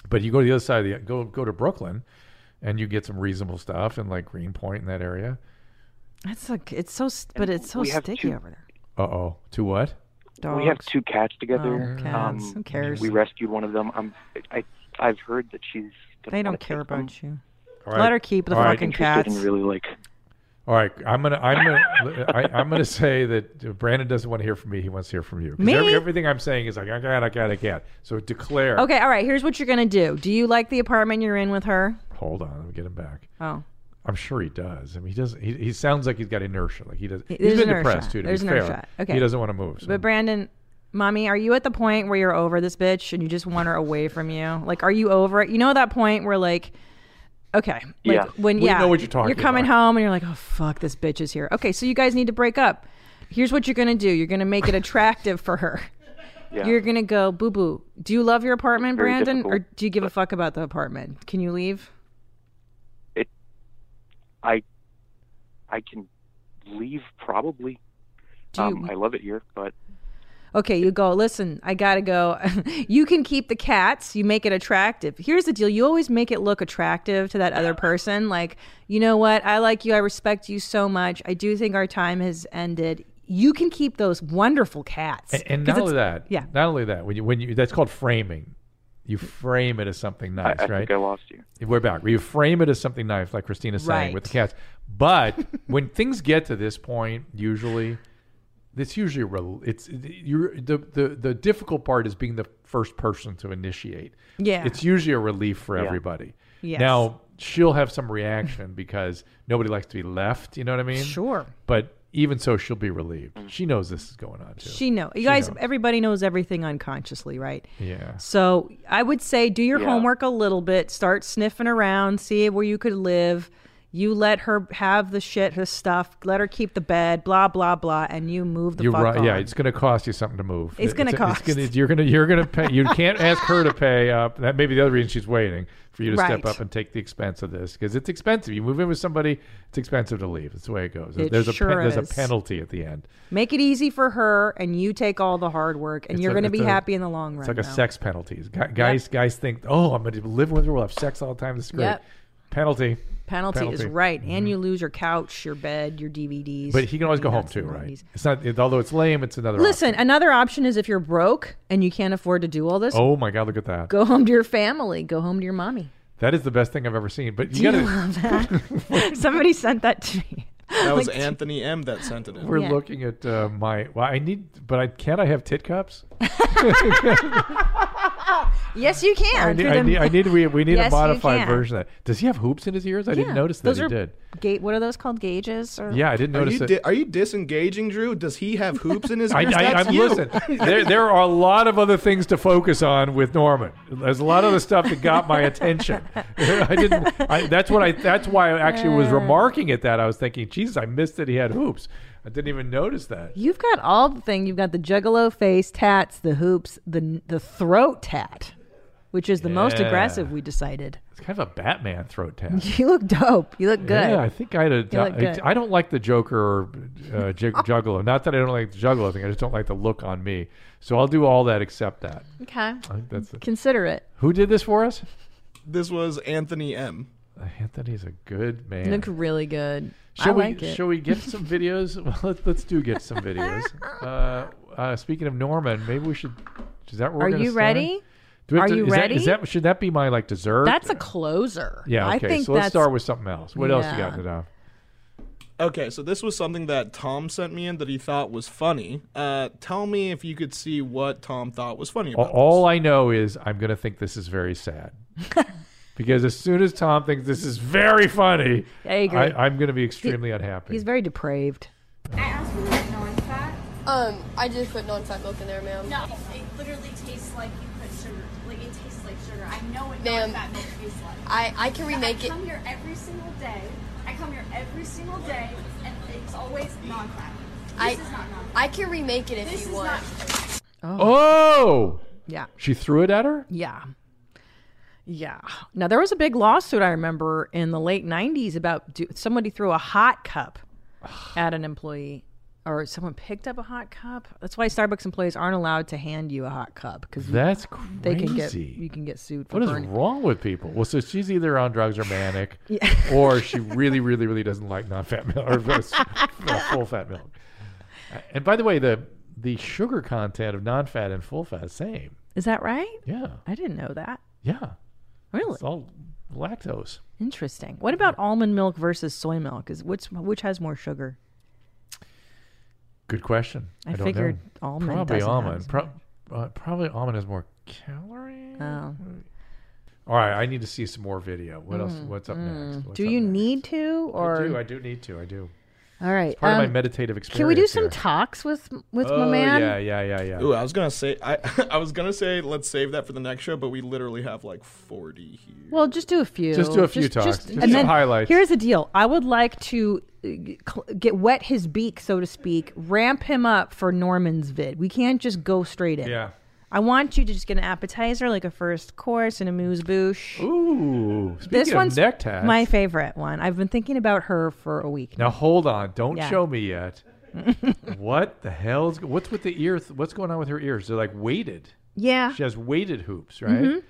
Speaker 2: But you go to the other side of the go go to Brooklyn, and you get some reasonable stuff in like Greenpoint in that area.
Speaker 3: That's a, it's so, st- but it's so
Speaker 6: we have
Speaker 3: sticky
Speaker 6: two
Speaker 3: over there.
Speaker 2: Uh oh. To what?
Speaker 3: Dogs.
Speaker 6: We have two cats together. Um,
Speaker 3: Oh, cats. Who cares?
Speaker 6: We rescued one of them. I'm, I, I've heard that she's. gonna
Speaker 3: they
Speaker 6: wanna
Speaker 3: don't
Speaker 6: take
Speaker 3: care
Speaker 6: them.
Speaker 3: about you.
Speaker 2: All right.
Speaker 3: Let her keep the
Speaker 2: All right.
Speaker 3: fucking
Speaker 6: Interested
Speaker 3: cats.
Speaker 6: in really like.
Speaker 2: All right. I'm gonna I'm gonna [laughs] I, I'm gonna say that Brandon doesn't want to hear from me. He wants to hear from you. 'Cause
Speaker 3: Me?
Speaker 2: everything I'm saying is like I got I got I can't. So declare.
Speaker 3: Okay, all right. Here's what you're gonna do. Do you like the apartment you're in with her?
Speaker 2: Hold on. Let me get him back.
Speaker 3: Oh,
Speaker 2: I'm sure he does. I mean, he doesn't. He, he sounds like he's got inertia. Like he does. He's
Speaker 3: there's
Speaker 2: been
Speaker 3: inertia.
Speaker 2: depressed too. To
Speaker 3: There's
Speaker 2: be
Speaker 3: inertia.
Speaker 2: fair,
Speaker 3: Okay.
Speaker 2: he doesn't want to move. So
Speaker 3: but Brandon, mommy, are you at the point where you're over this bitch and you just want her away from you? Like, are you over it? You know that point where like. Okay. Like
Speaker 6: Yeah.
Speaker 3: When
Speaker 2: We
Speaker 3: yeah,
Speaker 2: know what you're talking
Speaker 3: You're coming
Speaker 2: about.
Speaker 3: home and you're like, oh fuck, this bitch is here. Okay, so you guys need to break up. Here's what you're gonna do. You're
Speaker 2: [laughs]
Speaker 3: gonna make it attractive for her.
Speaker 6: Yeah.
Speaker 3: You're gonna go, boo boo. Do you love your apartment,
Speaker 6: Very
Speaker 3: Brandon,
Speaker 6: difficult,
Speaker 3: or do you give a fuck about the apartment? Can you leave?
Speaker 6: I, I can leave probably.
Speaker 3: Do you,
Speaker 6: Um, I love it here, but
Speaker 3: Okay, you go, listen, I gotta go. [laughs] you can keep the cats, you make it attractive. Here's the deal you always make it look attractive to that other person. Like, you know what? I like you, I respect you so much. I do think our time has ended. You can keep those wonderful cats.
Speaker 2: And, and
Speaker 3: 'Cause
Speaker 2: not only
Speaker 3: it's-
Speaker 2: that,
Speaker 3: yeah.
Speaker 2: Not only that, when you when you that's called framing. You frame it as something
Speaker 6: I,
Speaker 2: nice,
Speaker 6: I
Speaker 2: right?
Speaker 6: think I lost you.
Speaker 2: We're back. You frame it as something nice, like Christina's saying with the cats. But
Speaker 3: [laughs]
Speaker 2: when things get to this point, usually, it's usually rel- it's you're the, the the difficult part is being the first person to initiate.
Speaker 3: Yeah.
Speaker 2: it's usually a relief for everybody.
Speaker 3: Yes.
Speaker 2: Now she'll have some reaction because nobody likes to be left. You know what I mean?
Speaker 3: Sure.
Speaker 2: But Even so, she'll be relieved. She knows this is going on too.
Speaker 3: She know. You guys, everybody knows everything unconsciously, right?
Speaker 2: yeah.
Speaker 3: So I would say do your
Speaker 6: Yeah.
Speaker 3: homework a little bit. Start sniffing around, see where you could live. You let her have the shit, her stuff. Let her keep the bed, blah blah blah, and you move the
Speaker 2: You're
Speaker 3: fuck
Speaker 2: right. Yeah,
Speaker 3: on.
Speaker 2: it's going to cost you something to move.
Speaker 3: It's gonna cost.
Speaker 2: gonna- you're going to you're going to pay. You
Speaker 3: [laughs]
Speaker 2: can't ask her to pay up. That may be the other reason she's waiting for you to step
Speaker 3: Right.
Speaker 2: up and take the expense of this because it's expensive. You move in with somebody, it's expensive to leave. That's the way it goes.
Speaker 3: It
Speaker 2: there's a
Speaker 3: sure
Speaker 2: there's
Speaker 3: is.
Speaker 2: a penalty at the end.
Speaker 3: Make it easy for her, and you take all the hard work, and
Speaker 2: It's
Speaker 3: you're
Speaker 2: a-
Speaker 3: going to
Speaker 2: it's
Speaker 3: be
Speaker 2: a-
Speaker 3: happy in the long
Speaker 2: It's
Speaker 3: run.
Speaker 2: like a
Speaker 3: though.
Speaker 2: sex penalty. Gu- Guys guys think, oh, I'm going to live with her. We'll have sex all the time. This is great.
Speaker 3: Yep.
Speaker 2: Penalty.
Speaker 3: penalty, is
Speaker 2: penalty. Mm-hmm.
Speaker 3: right, and you lose your couch, your bed, your DVDs.
Speaker 2: But he can always
Speaker 3: your
Speaker 2: go home
Speaker 3: nuts
Speaker 2: too,
Speaker 3: and
Speaker 2: right?
Speaker 3: nineties.
Speaker 2: It's not. It, although it's lame, it's another.
Speaker 3: Listen, another option is if you're broke and you can't afford to do all this,
Speaker 2: Option. Oh my God! Look at that.
Speaker 3: go home to your family, go home to your mommy.
Speaker 2: That is the best thing I've ever seen. But you
Speaker 3: Do
Speaker 2: got to.
Speaker 3: you [laughs]
Speaker 2: [laughs]
Speaker 3: love that? [laughs] Somebody sent that to me.
Speaker 7: That was
Speaker 3: [laughs] Like,
Speaker 7: Anthony M. that sent it in.
Speaker 2: We're
Speaker 3: Yeah.
Speaker 2: looking at uh, my. Well, I need, but I can't. I have tit cups.
Speaker 3: Yes, you can.
Speaker 2: I need.
Speaker 3: through
Speaker 2: I
Speaker 3: the-
Speaker 2: need, I need we, we need
Speaker 3: Yes,
Speaker 2: a
Speaker 3: you
Speaker 2: modified
Speaker 3: can.
Speaker 2: version of that. Does he have hoops in his ears? I
Speaker 3: Yeah.
Speaker 2: didn't notice that
Speaker 3: those
Speaker 2: he
Speaker 3: are
Speaker 2: did.
Speaker 3: Gate. What are those called? Gauges or
Speaker 2: Yeah, I didn't
Speaker 7: Are
Speaker 2: notice
Speaker 7: you,
Speaker 2: it.
Speaker 7: di- are you disengaging, Drew? Does he have hoops in his
Speaker 2: I,
Speaker 7: ears?
Speaker 2: I,
Speaker 7: That's
Speaker 2: I'm
Speaker 7: you.
Speaker 2: listen. There, there are a lot of other things to focus on with Norman. There's a lot of the stuff that got my attention. [laughs] I didn't. I, that's what I. That's why I actually was remarking at that. I was thinking, Jesus, I missed that he had hoops. I didn't even notice that.
Speaker 3: You've got all the thing. You've got the juggalo face tats, the hoops, the the throat tat, which is the most
Speaker 2: Yeah.
Speaker 3: aggressive. We decided. [laughs]
Speaker 2: It's kind of a Batman throat tap.
Speaker 3: You look dope. You look good.
Speaker 2: Yeah, I think I'd. Ad-
Speaker 3: You look good.
Speaker 2: I, I don't like the Joker or
Speaker 3: [laughs]
Speaker 2: uh, Jig- Juggalo. Not that I don't like the Juggalo thing. I just don't like the look on me. So I'll do all that except that.
Speaker 3: Okay.
Speaker 2: I think that's it.
Speaker 3: Consider it.
Speaker 2: Who did this for us? Uh,
Speaker 7: This was Anthony M.
Speaker 2: Anthony's a good man.
Speaker 3: You look really good.
Speaker 2: shall
Speaker 3: I
Speaker 2: we
Speaker 3: like it.
Speaker 2: shall we get
Speaker 3: [laughs]
Speaker 2: some videos? [laughs] Well, let's, let's do get some videos. Uh, uh, speaking of Norman, maybe we should. Is that where
Speaker 3: Are
Speaker 2: we're gonna
Speaker 3: you
Speaker 2: start?
Speaker 3: ready?
Speaker 2: Do we have
Speaker 3: Are
Speaker 2: to-
Speaker 3: you
Speaker 2: is that-
Speaker 3: ready?
Speaker 2: is that should that be my like dessert?
Speaker 3: That's a closer.
Speaker 2: yeah.
Speaker 3: I
Speaker 2: Okay,
Speaker 3: think
Speaker 2: so let's
Speaker 3: that's,
Speaker 2: start with something else. What else you
Speaker 3: Yeah.
Speaker 2: got in the
Speaker 7: Okay, so this was something that Tom sent me in that he thought was funny. Uh, tell me if you could see what Tom thought was funny
Speaker 2: A-
Speaker 7: about
Speaker 2: All I know is I'm going to think this is very
Speaker 3: [laughs]
Speaker 2: sad. because as soon as Tom thinks this is very funny,
Speaker 3: I agree.
Speaker 2: am going to be extremely unhappy.
Speaker 3: He's very depraved.
Speaker 8: I asked for like non-fat.
Speaker 9: Um, I just put non-fat milk in there, ma'am.
Speaker 8: No, it literally tastes like you put sugar. Like it tastes like sugar. I know what
Speaker 9: Ma'am.
Speaker 8: non-fat milk tastes like.
Speaker 9: I, I can remake
Speaker 8: I
Speaker 9: it.
Speaker 8: come here every single day. I come here every single day, and it's always non-fat. This
Speaker 9: I,
Speaker 8: is not non-fat.
Speaker 9: I can remake it if
Speaker 8: This
Speaker 9: you
Speaker 8: is
Speaker 9: want.
Speaker 8: not.
Speaker 2: oh!
Speaker 3: Yeah.
Speaker 2: She threw it at her?
Speaker 3: Yeah. Yeah. Now there was a big lawsuit I remember in the late '90s about do, somebody threw a
Speaker 2: [sighs]
Speaker 3: hot cup at an employee, or someone picked up a hot cup. That's why Starbucks employees aren't allowed to hand you a hot cup because
Speaker 2: That's crazy.
Speaker 3: they can get you can get sued for
Speaker 2: what is
Speaker 3: burning.
Speaker 2: wrong with people? Well, so she's either on drugs or
Speaker 3: [laughs]
Speaker 2: manic, or she really, really, really doesn't like non-fat milk or full-fat milk. And by the way, the the sugar content of non-fat and full-fat is same.
Speaker 3: Is that right?
Speaker 2: Yeah,
Speaker 3: I didn't know that.
Speaker 2: yeah.
Speaker 3: Really
Speaker 2: It's all lactose.
Speaker 3: interesting. What about almond milk versus soy milk? Is which which has more sugar?
Speaker 2: Good question.
Speaker 3: I,
Speaker 2: don't know.
Speaker 3: figured almond.
Speaker 2: Probably
Speaker 3: doesn't have
Speaker 2: almond.
Speaker 3: as
Speaker 2: Pro-
Speaker 3: much.
Speaker 2: uh, probably almond has more calories.
Speaker 3: Oh.
Speaker 2: All right, I need to see some more video. What else? What's up next? What's
Speaker 3: Mm, Do
Speaker 2: up
Speaker 3: you
Speaker 2: next?
Speaker 3: need to or
Speaker 2: I do. I do need to. I do.
Speaker 3: all right?
Speaker 2: Part of my
Speaker 3: um,
Speaker 2: meditative experience.
Speaker 3: Can we do some
Speaker 2: here.
Speaker 3: talks with with my
Speaker 2: Oh,
Speaker 3: man?
Speaker 2: Yeah, yeah, yeah, yeah.
Speaker 7: Ooh, I was gonna say I, [laughs] I was gonna say let's save that for the next show, but we literally have like forty here.
Speaker 3: Well, just do a few.
Speaker 2: Just do a few talks. Just some highlights.
Speaker 3: Here's the deal. I would like to uh, cl- get wet his beak, so to speak, ramp him up for Norman's vid. We can't just go straight in.
Speaker 2: yeah.
Speaker 3: I want you to just get an appetizer, like a first course and a moose bouche.
Speaker 2: Ooh. Speaking
Speaker 3: this
Speaker 2: of
Speaker 3: one's
Speaker 2: neck tats.
Speaker 3: my favorite one. I've been thinking about her for a week.
Speaker 2: now hold on. Don't
Speaker 3: Yeah.
Speaker 2: show me
Speaker 3: [laughs]
Speaker 2: yet. what the hell's what's with the ear? What's going on with her ears? They're like weighted.
Speaker 3: Yeah.
Speaker 2: She has weighted hoops, right? And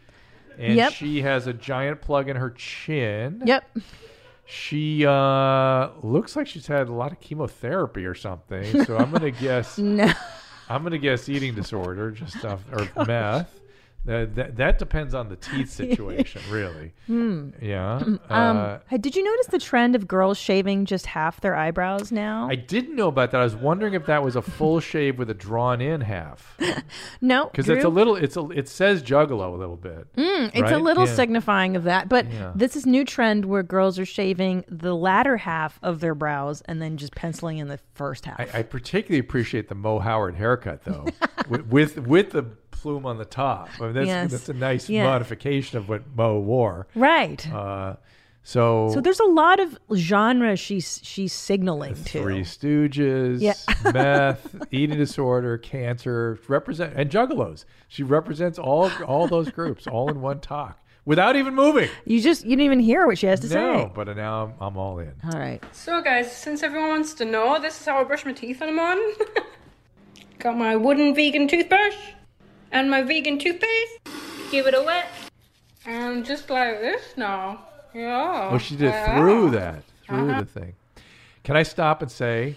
Speaker 3: Mm-hmm. Yep.
Speaker 2: she has a giant plug in her chin.
Speaker 3: Yep. [laughs]
Speaker 2: She uh, looks like she's had a lot of chemotherapy or something.
Speaker 3: [laughs]
Speaker 2: So I'm gonna guess.
Speaker 3: No. [laughs]
Speaker 2: I'm gonna guess eating disorder, just stuff or meth. Uh, that that depends on the teeth situation, really. Yeah.
Speaker 3: Hmm. [clears throat] Um,
Speaker 2: uh,
Speaker 3: hey, did you notice the trend of girls shaving just half their eyebrows now?
Speaker 2: I didn't know about that. I was wondering if that was a
Speaker 3: [laughs]
Speaker 2: full shave with a drawn in half,
Speaker 3: no,
Speaker 2: because it's a
Speaker 3: Drew?
Speaker 2: little. It's a. It says juggalo a little bit.
Speaker 3: Mm, It's a
Speaker 2: right?
Speaker 3: little
Speaker 2: Yeah.
Speaker 3: signifying of that, but
Speaker 2: Yeah.
Speaker 3: this is new trend where girls are shaving the latter half of their brows and then just penciling in the first half.
Speaker 2: I, I particularly appreciate the Mo Howard haircut
Speaker 3: [laughs]
Speaker 2: though, with, with with the plume on the top. I mean, that's
Speaker 3: Yes.
Speaker 2: that's a nice
Speaker 3: Yeah.
Speaker 2: modification of what Mo wore.
Speaker 3: right.
Speaker 2: Uh, so,
Speaker 3: so there's a lot of genre she's she's signaling to.
Speaker 2: Three Stooges,
Speaker 3: Yeah.
Speaker 2: [laughs]
Speaker 3: [laughs]
Speaker 2: meth, eating disorder, cancer, represent and juggalos. She represents all all those groups all in one talk without even moving.
Speaker 3: You just you didn't even hear what she has to
Speaker 2: No, but now I'm, I'm all in.
Speaker 3: say. All right.
Speaker 10: So, guys, since everyone wants to know, this is how I brush my teeth when I'm on. [laughs] Got my wooden vegan toothbrush and my vegan toothpaste. Give it a wet. And just like this now.
Speaker 3: Oh,
Speaker 10: Yeah.
Speaker 2: Well, she did it through that, through
Speaker 3: Uh-huh.
Speaker 2: the thing. Can I stop and say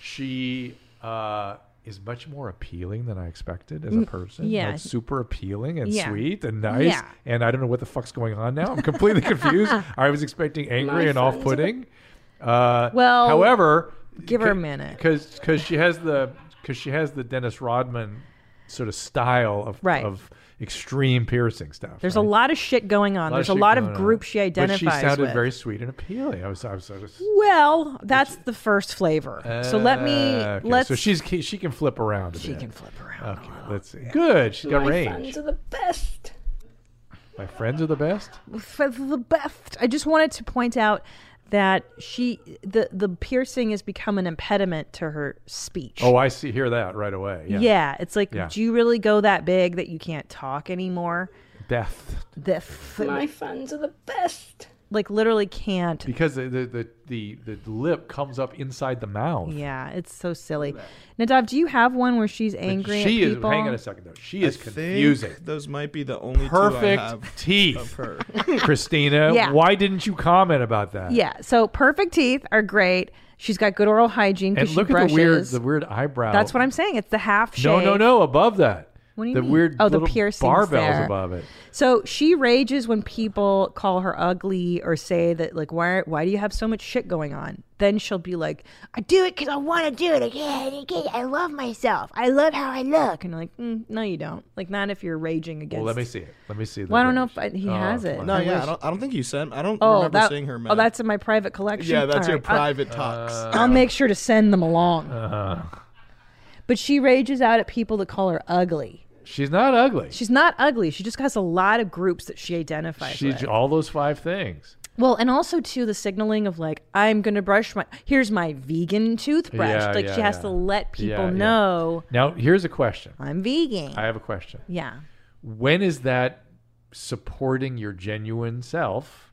Speaker 2: she uh, is much more appealing than I expected as a person?
Speaker 3: yeah.
Speaker 2: Like, super appealing and
Speaker 3: Yeah.
Speaker 2: sweet and nice.
Speaker 3: Yeah.
Speaker 2: And I don't know what the fuck's going on now. I'm
Speaker 3: [laughs]
Speaker 2: completely confused. I was expecting angry and off putting. Uh,
Speaker 3: Well,
Speaker 2: however,
Speaker 3: give her a minute.
Speaker 2: Because she has the. Because she has the Dennis Rodman sort of style of,
Speaker 3: Right.
Speaker 2: of extreme piercing stuff.
Speaker 3: There's
Speaker 2: right?
Speaker 3: a lot of shit going on. There's a
Speaker 2: shit
Speaker 3: lot of
Speaker 2: going on.
Speaker 3: groups she identifies
Speaker 2: But she sounded
Speaker 3: with.
Speaker 2: very sweet and appealing. I was, I was, I was
Speaker 3: well, that's the first flavor. so let me
Speaker 2: Uh, okay.
Speaker 3: let's
Speaker 2: So she's she can flip around. A
Speaker 3: she
Speaker 2: bit.
Speaker 3: can flip around.
Speaker 2: Okay, let's see. Good. She's got
Speaker 10: My
Speaker 2: range.
Speaker 10: friends are the best.
Speaker 2: My friends are the best.
Speaker 3: for the best. I just wanted to point out that she the the piercing has become an impediment to her speech.
Speaker 2: Oh, I see. Hear that right away.
Speaker 3: yeah.
Speaker 2: Yeah.
Speaker 3: it's like,
Speaker 2: Yeah.
Speaker 3: do you really go that big that you can't talk anymore?
Speaker 2: Death.
Speaker 3: The f-
Speaker 10: My friends are the best.
Speaker 3: like literally can't.
Speaker 2: Because the the, the the the lip comes up inside the mouth.
Speaker 3: Yeah, it's so silly. Nadav, do you have one where she's angry
Speaker 2: She
Speaker 3: at
Speaker 2: is.
Speaker 3: people?
Speaker 2: Hang on a second though. She is
Speaker 7: I think
Speaker 2: confusing.
Speaker 7: Those might be the only two I have
Speaker 3: [laughs]
Speaker 2: Perfect
Speaker 7: of
Speaker 2: teeth,
Speaker 7: her.
Speaker 2: [laughs] Christina.
Speaker 3: Yeah.
Speaker 2: Why didn't you comment about that?
Speaker 3: Yeah, so perfect teeth are great. She's got good oral hygiene
Speaker 2: And
Speaker 3: because she
Speaker 2: look at
Speaker 3: brushes.
Speaker 2: the weird the weird eyebrow.
Speaker 3: That's what I'm saying. It's the half shave.
Speaker 2: No, no, no. Above that.
Speaker 3: What do you
Speaker 2: the
Speaker 3: mean?
Speaker 2: weird
Speaker 3: Oh, the
Speaker 2: little
Speaker 3: piercings
Speaker 2: barbells
Speaker 3: there.
Speaker 2: above it.
Speaker 3: So she rages when people call her ugly or say that, like, why, why do you have so much shit going on? Then she'll be like, I do it because I want to do it. Like, yeah, I get it. I love myself. I love how I look. And you're like, mm, no, you don't. Like, not if you're raging against.
Speaker 2: Well, let me see it. Let me see. the
Speaker 3: Well, I don't know if
Speaker 2: range.
Speaker 3: I, he
Speaker 2: Oh,
Speaker 3: has it.
Speaker 7: No,
Speaker 3: I
Speaker 7: yeah, I
Speaker 3: wish-
Speaker 7: don't, I don't think you sent. I don't
Speaker 3: Oh,
Speaker 7: remember
Speaker 3: that,
Speaker 7: seeing her. Matt.
Speaker 3: oh, that's in my private collection.
Speaker 7: yeah, that's
Speaker 3: All
Speaker 7: your
Speaker 3: right, I'll-
Speaker 7: private tux.
Speaker 3: I'll make sure to send them along.
Speaker 7: Uh-huh.
Speaker 3: But she rages out at people that call her ugly.
Speaker 2: She's not ugly.
Speaker 3: She's not ugly. She just has a lot of groups that she identifies
Speaker 2: She's
Speaker 3: with.
Speaker 2: all those five things.
Speaker 3: Well, and also too the signaling of like I'm gonna brush my here's my vegan toothbrush.
Speaker 2: Yeah,
Speaker 3: like
Speaker 2: yeah,
Speaker 3: she has
Speaker 2: yeah.
Speaker 3: to let people
Speaker 2: Yeah, yeah.
Speaker 3: know
Speaker 2: Now, here's a question.
Speaker 3: I'm vegan.
Speaker 2: I have a question.
Speaker 3: yeah,
Speaker 2: When is that supporting your genuine self,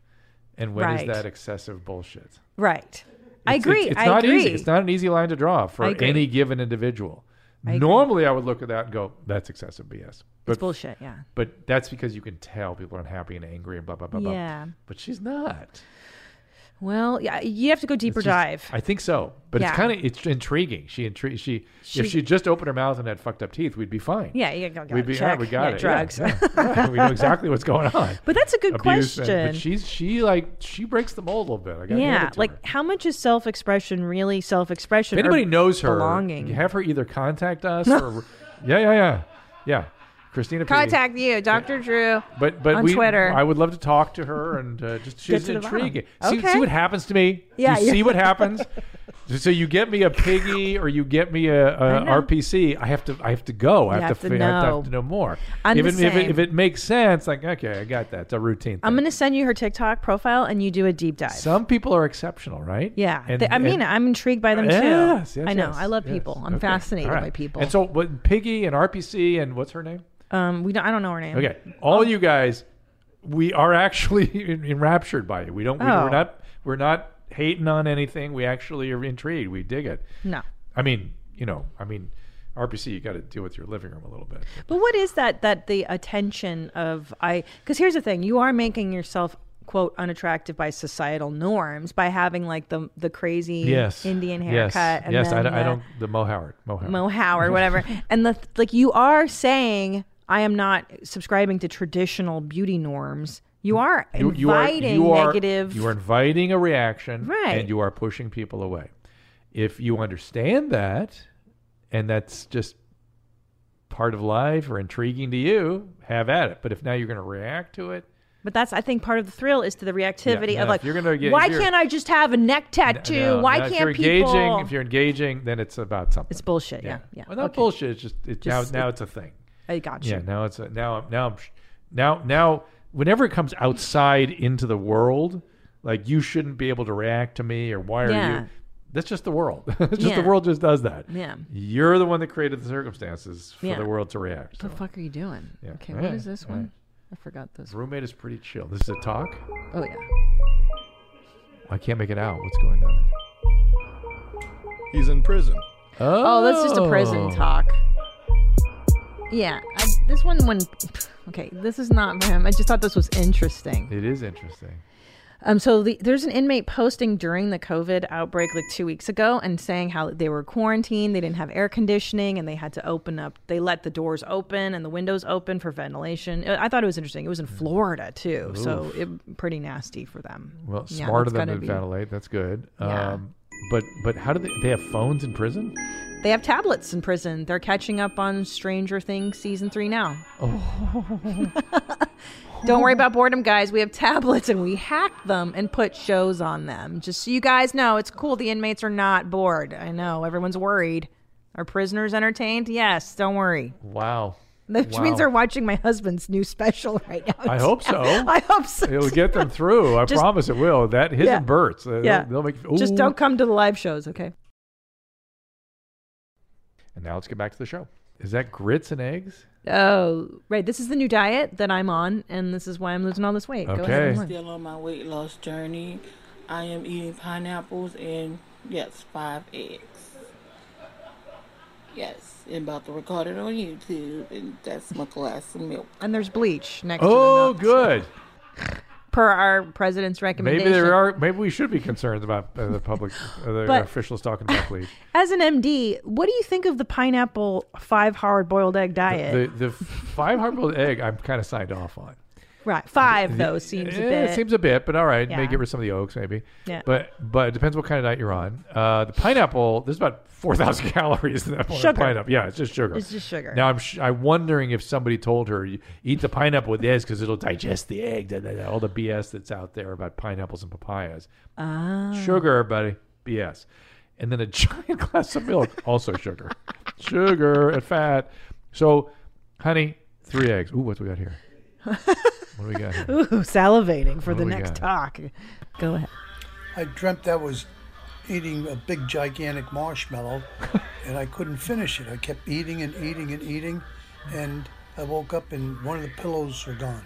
Speaker 2: and when is
Speaker 3: Right.
Speaker 2: that excessive bullshit?
Speaker 3: right. I
Speaker 2: It's-
Speaker 3: agree.
Speaker 2: It's, it's
Speaker 3: I
Speaker 2: not
Speaker 3: agree.
Speaker 2: easy. It's not an easy line to draw for
Speaker 3: I agree.
Speaker 2: any given individual. Normally, I would look at that and go, "That's excessive BS." But,
Speaker 3: It's bullshit. Yeah.
Speaker 2: but that's because you can tell people are unhappy and angry and blah blah blah blah.
Speaker 3: Yeah.
Speaker 2: But she's not.
Speaker 3: Well, yeah, you have to go deeper
Speaker 2: It's just-
Speaker 3: dive.
Speaker 2: I think so, but
Speaker 3: Yeah.
Speaker 2: it's kind of it's intriguing. She intrigued. She,
Speaker 3: She-
Speaker 2: if she just opened her mouth and had fucked up teeth, we'd be fine.
Speaker 3: yeah, yeah, got
Speaker 2: we'd be
Speaker 3: check.
Speaker 2: yeah, we got
Speaker 3: yeah,
Speaker 2: it. Yeah,
Speaker 3: Drugs. [laughs]
Speaker 2: yeah, [laughs] yeah. we know exactly what's going on.
Speaker 3: But that's a good
Speaker 2: Abuse and-
Speaker 3: question.
Speaker 2: but she's she like she breaks the mold a little bit. I gotta hand
Speaker 3: yeah,
Speaker 2: it to
Speaker 3: like
Speaker 2: her.
Speaker 3: how much is self-expression really self-expression?
Speaker 2: if anybody
Speaker 3: or
Speaker 2: knows her,
Speaker 3: belonging.
Speaker 2: have her either contact
Speaker 3: [laughs]
Speaker 2: us or yeah, yeah, yeah, yeah. Christina, P.
Speaker 3: Contact you, Dr. Drew.
Speaker 2: But but
Speaker 3: on
Speaker 2: we,
Speaker 3: Twitter.
Speaker 2: I would love to talk to her and uh, just she's
Speaker 3: to the bottom.
Speaker 2: intriguing. See,
Speaker 3: Okay.
Speaker 2: see what happens to me.
Speaker 3: Yeah,
Speaker 2: You
Speaker 3: yeah.
Speaker 2: see what happens. [laughs] so you get me a piggy or you get me a, a
Speaker 3: know.
Speaker 2: RPC. I have to I have to go. I have,
Speaker 3: You have
Speaker 2: to,
Speaker 3: to
Speaker 2: fi- I have to-
Speaker 3: know.
Speaker 2: have to know more.
Speaker 3: I'm
Speaker 2: if, it,
Speaker 3: the
Speaker 2: if it
Speaker 3: same.
Speaker 2: if it makes sense, like okay, I got that. It's a routine.
Speaker 3: I'm
Speaker 2: thing.
Speaker 3: gonna send you her TikTok profile and you do a deep dive.
Speaker 2: Some people are exceptional, right?
Speaker 3: Yeah,
Speaker 2: And-
Speaker 3: They- I mean,
Speaker 2: and-
Speaker 3: I'm intrigued by them too.
Speaker 2: Yes, yes,
Speaker 3: I know.
Speaker 2: yes,
Speaker 3: I love
Speaker 2: yes.
Speaker 3: people. I'm
Speaker 2: Okay.
Speaker 3: fascinated
Speaker 2: All right.
Speaker 3: by people.
Speaker 2: And so, but Piggy and RPC and what's her name?
Speaker 3: um, we don't. I don't know her name.
Speaker 2: Okay, all you guys, we are actually [laughs] en- enraptured by it. We don't. We,
Speaker 3: Oh.
Speaker 2: we're not. We're not hating on anything. We actually are intrigued. We dig it.
Speaker 3: No.
Speaker 2: I mean, you know, I mean, RPC, you got to deal with your living room a little bit.
Speaker 3: But what is that? That the attention of I? Because here's the thing: you are making yourself quote unattractive by societal norms by having like the the crazy Indian haircut.
Speaker 2: Yes.
Speaker 3: and
Speaker 2: yes. I,
Speaker 3: then
Speaker 2: don't- I
Speaker 3: the [laughs]
Speaker 2: don't. The Mo Howard. Mo Howard.
Speaker 3: Mo Howard, whatever, and the like. You are saying I am not subscribing to traditional beauty norms. You are
Speaker 2: You- you are-
Speaker 3: inviting
Speaker 2: you are-
Speaker 3: negative.
Speaker 2: You are inviting a reaction,
Speaker 3: Right.
Speaker 2: and you are pushing people away. If you understand that, and that's just part of life or intriguing to you, have at it. But if now you're going to react to it,
Speaker 3: But that's, I think, part of the thrill is to the reactivity
Speaker 2: Yeah, no,
Speaker 3: of like,
Speaker 2: if you're gonna get-
Speaker 3: why
Speaker 2: if you're-
Speaker 3: can't I just have a neck tattoo?
Speaker 2: no,
Speaker 3: why
Speaker 2: no, if
Speaker 3: can't
Speaker 2: you're engaging,
Speaker 3: people?
Speaker 2: if you're engaging, then it's about something.
Speaker 3: It's bullshit. Yeah, yeah.
Speaker 2: Well, not
Speaker 3: Okay.
Speaker 2: bullshit. It's just, it's
Speaker 3: Just-
Speaker 2: now now it's a thing.
Speaker 3: I got
Speaker 2: Yeah,
Speaker 3: you.
Speaker 2: now it's a, now I'm now I'm sh- now now whenever it comes outside into the world, like you shouldn't be able to react to me or why are
Speaker 3: Yeah.
Speaker 2: you? That's just the world. [laughs] It's just
Speaker 3: Yeah.
Speaker 2: the world just does that.
Speaker 3: Yeah.
Speaker 2: you're the one that created the circumstances for
Speaker 3: Yeah.
Speaker 2: the world to react.
Speaker 3: What the fuck are you doing?
Speaker 2: Yeah.
Speaker 3: Okay,
Speaker 2: Yeah,
Speaker 3: what is this
Speaker 2: yeah.
Speaker 3: one? I forgot this.
Speaker 2: Roommate is pretty chill. This is a talk.
Speaker 3: Oh yeah.
Speaker 2: I can't make it out. What's going on?
Speaker 7: He's in prison.
Speaker 3: Oh, that's just a prison talk. Yeah, I, this one when okay, this is not for him. I just thought this was interesting.
Speaker 2: It is interesting.
Speaker 3: Um, so the, there's an inmate posting during the COVID outbreak like two weeks ago and saying how they were quarantined, they didn't have air conditioning, and they had to open up. They let the doors open and the windows open for ventilation. Uh, I I thought it was interesting. It was in Florida too, so
Speaker 2: Oof.
Speaker 3: it pretty nasty for them.
Speaker 2: Well,
Speaker 3: Yeah,
Speaker 2: smarter
Speaker 3: it's
Speaker 2: than
Speaker 3: gotta
Speaker 2: to
Speaker 3: be-
Speaker 2: ventilate. That's good.
Speaker 3: Yeah.
Speaker 2: Um, but but how do they? They have phones in prison.
Speaker 3: They have tablets in prison. They're catching up on Stranger Things season three now. [laughs] Don't worry about boredom, guys. We have tablets and we hack them and put shows on them. Just so you guys know, it's cool. The inmates are not bored. I know everyone's worried. Are prisoners entertained? Yes. Don't worry.
Speaker 2: Wow.
Speaker 3: Which
Speaker 2: Wow.
Speaker 3: means they're watching my husband's new special right now.
Speaker 2: I hope so.
Speaker 3: [laughs] I hope so.
Speaker 2: It'll get them through. I
Speaker 3: Just-
Speaker 2: promise it will. That his
Speaker 3: Yeah.
Speaker 2: and Bert's. uh, they'll-
Speaker 3: yeah.
Speaker 2: They'll, make.
Speaker 3: Just
Speaker 2: Ooh.
Speaker 3: don't come to the live shows, okay?
Speaker 2: And now let's get back to the show. Is that grits and eggs?
Speaker 3: Oh, right. This is the new diet that I'm on, and this is why I'm losing all this weight. Go ahead.
Speaker 2: Okay.
Speaker 3: and look.
Speaker 11: Still on my weight loss journey. I am eating pineapples and yes, five eggs. Yes, and about to record it on YouTube, and that's my glass of milk.
Speaker 3: And there's bleach next
Speaker 2: Oh,
Speaker 3: to the milk, [laughs]
Speaker 2: good.
Speaker 3: per our president's recommendation.
Speaker 2: Maybe there are. Maybe we should be concerned about uh, the public, uh, the
Speaker 3: But-
Speaker 2: officials talking about bleach.
Speaker 3: [laughs] As an MD, what do you think of the pineapple five hard boiled egg diet?
Speaker 2: The the five hard boiled egg. I'm kind of signed off on.
Speaker 3: right, five
Speaker 2: The-
Speaker 3: though seems a
Speaker 2: eh,
Speaker 3: bit.
Speaker 2: It seems a bit, but all right.
Speaker 3: Yeah.
Speaker 2: May get rid of some of the oaks, maybe.
Speaker 3: Yeah.
Speaker 2: But but it depends what kind of diet you're on. Uh, the pineapple. There's about four thousand [laughs] calories in that one
Speaker 3: Sugar.
Speaker 2: pineapple. Yeah, it's just sugar.
Speaker 3: It's just sugar.
Speaker 2: Now I'm sh- I'm wondering if somebody told her "You eat the pineapple with this because it'll digest the egg. da, da, da," all the BS that's out there about pineapples and papayas.
Speaker 3: Ah.
Speaker 2: Sugar, buddy. BS. And then a [laughs] giant glass of milk, also
Speaker 3: [laughs]
Speaker 2: sugar. Sugar and fat. So, honey, three eggs. Ooh, what we got
Speaker 3: [laughs]
Speaker 2: here? What do we got here?
Speaker 3: Ooh, salivating for
Speaker 2: What
Speaker 3: the
Speaker 2: do Oh, we
Speaker 3: next
Speaker 2: got?
Speaker 3: talk. Go ahead.
Speaker 12: I dreamt I was eating a big gigantic
Speaker 11: [laughs]
Speaker 12: marshmallow and I couldn't finish it. I kept eating and eating and eating and I woke up and one of the pillows were gone.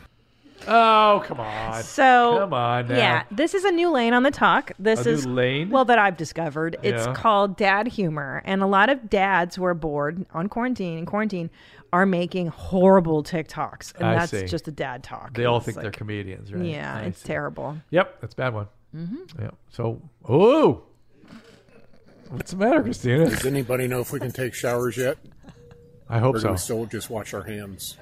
Speaker 2: Oh, come on.
Speaker 3: So
Speaker 2: come on now.
Speaker 3: Yeah, this is a new lane on the talk. This
Speaker 2: A new
Speaker 3: is
Speaker 2: lane?
Speaker 3: well that I've discovered. It's
Speaker 2: Yeah.
Speaker 3: called dad humor, and a lot of dads who are bored on quarantine in quarantine are making horrible TikToks, and
Speaker 2: I
Speaker 3: that's
Speaker 2: see.
Speaker 3: just a dad talk.
Speaker 2: They all
Speaker 3: It's
Speaker 2: think they're
Speaker 3: like-
Speaker 2: comedians, right?
Speaker 3: Yeah,
Speaker 2: I
Speaker 3: it's
Speaker 2: see.
Speaker 3: terrible. [laughs]
Speaker 2: Yep, that's a bad one.
Speaker 3: Mhm.
Speaker 2: Yeah. So, oh, what's the matter, Christina?
Speaker 13: Does anybody know if we can take showers yet?
Speaker 2: I hope
Speaker 13: or Do
Speaker 2: so.
Speaker 13: we still just wash our hands.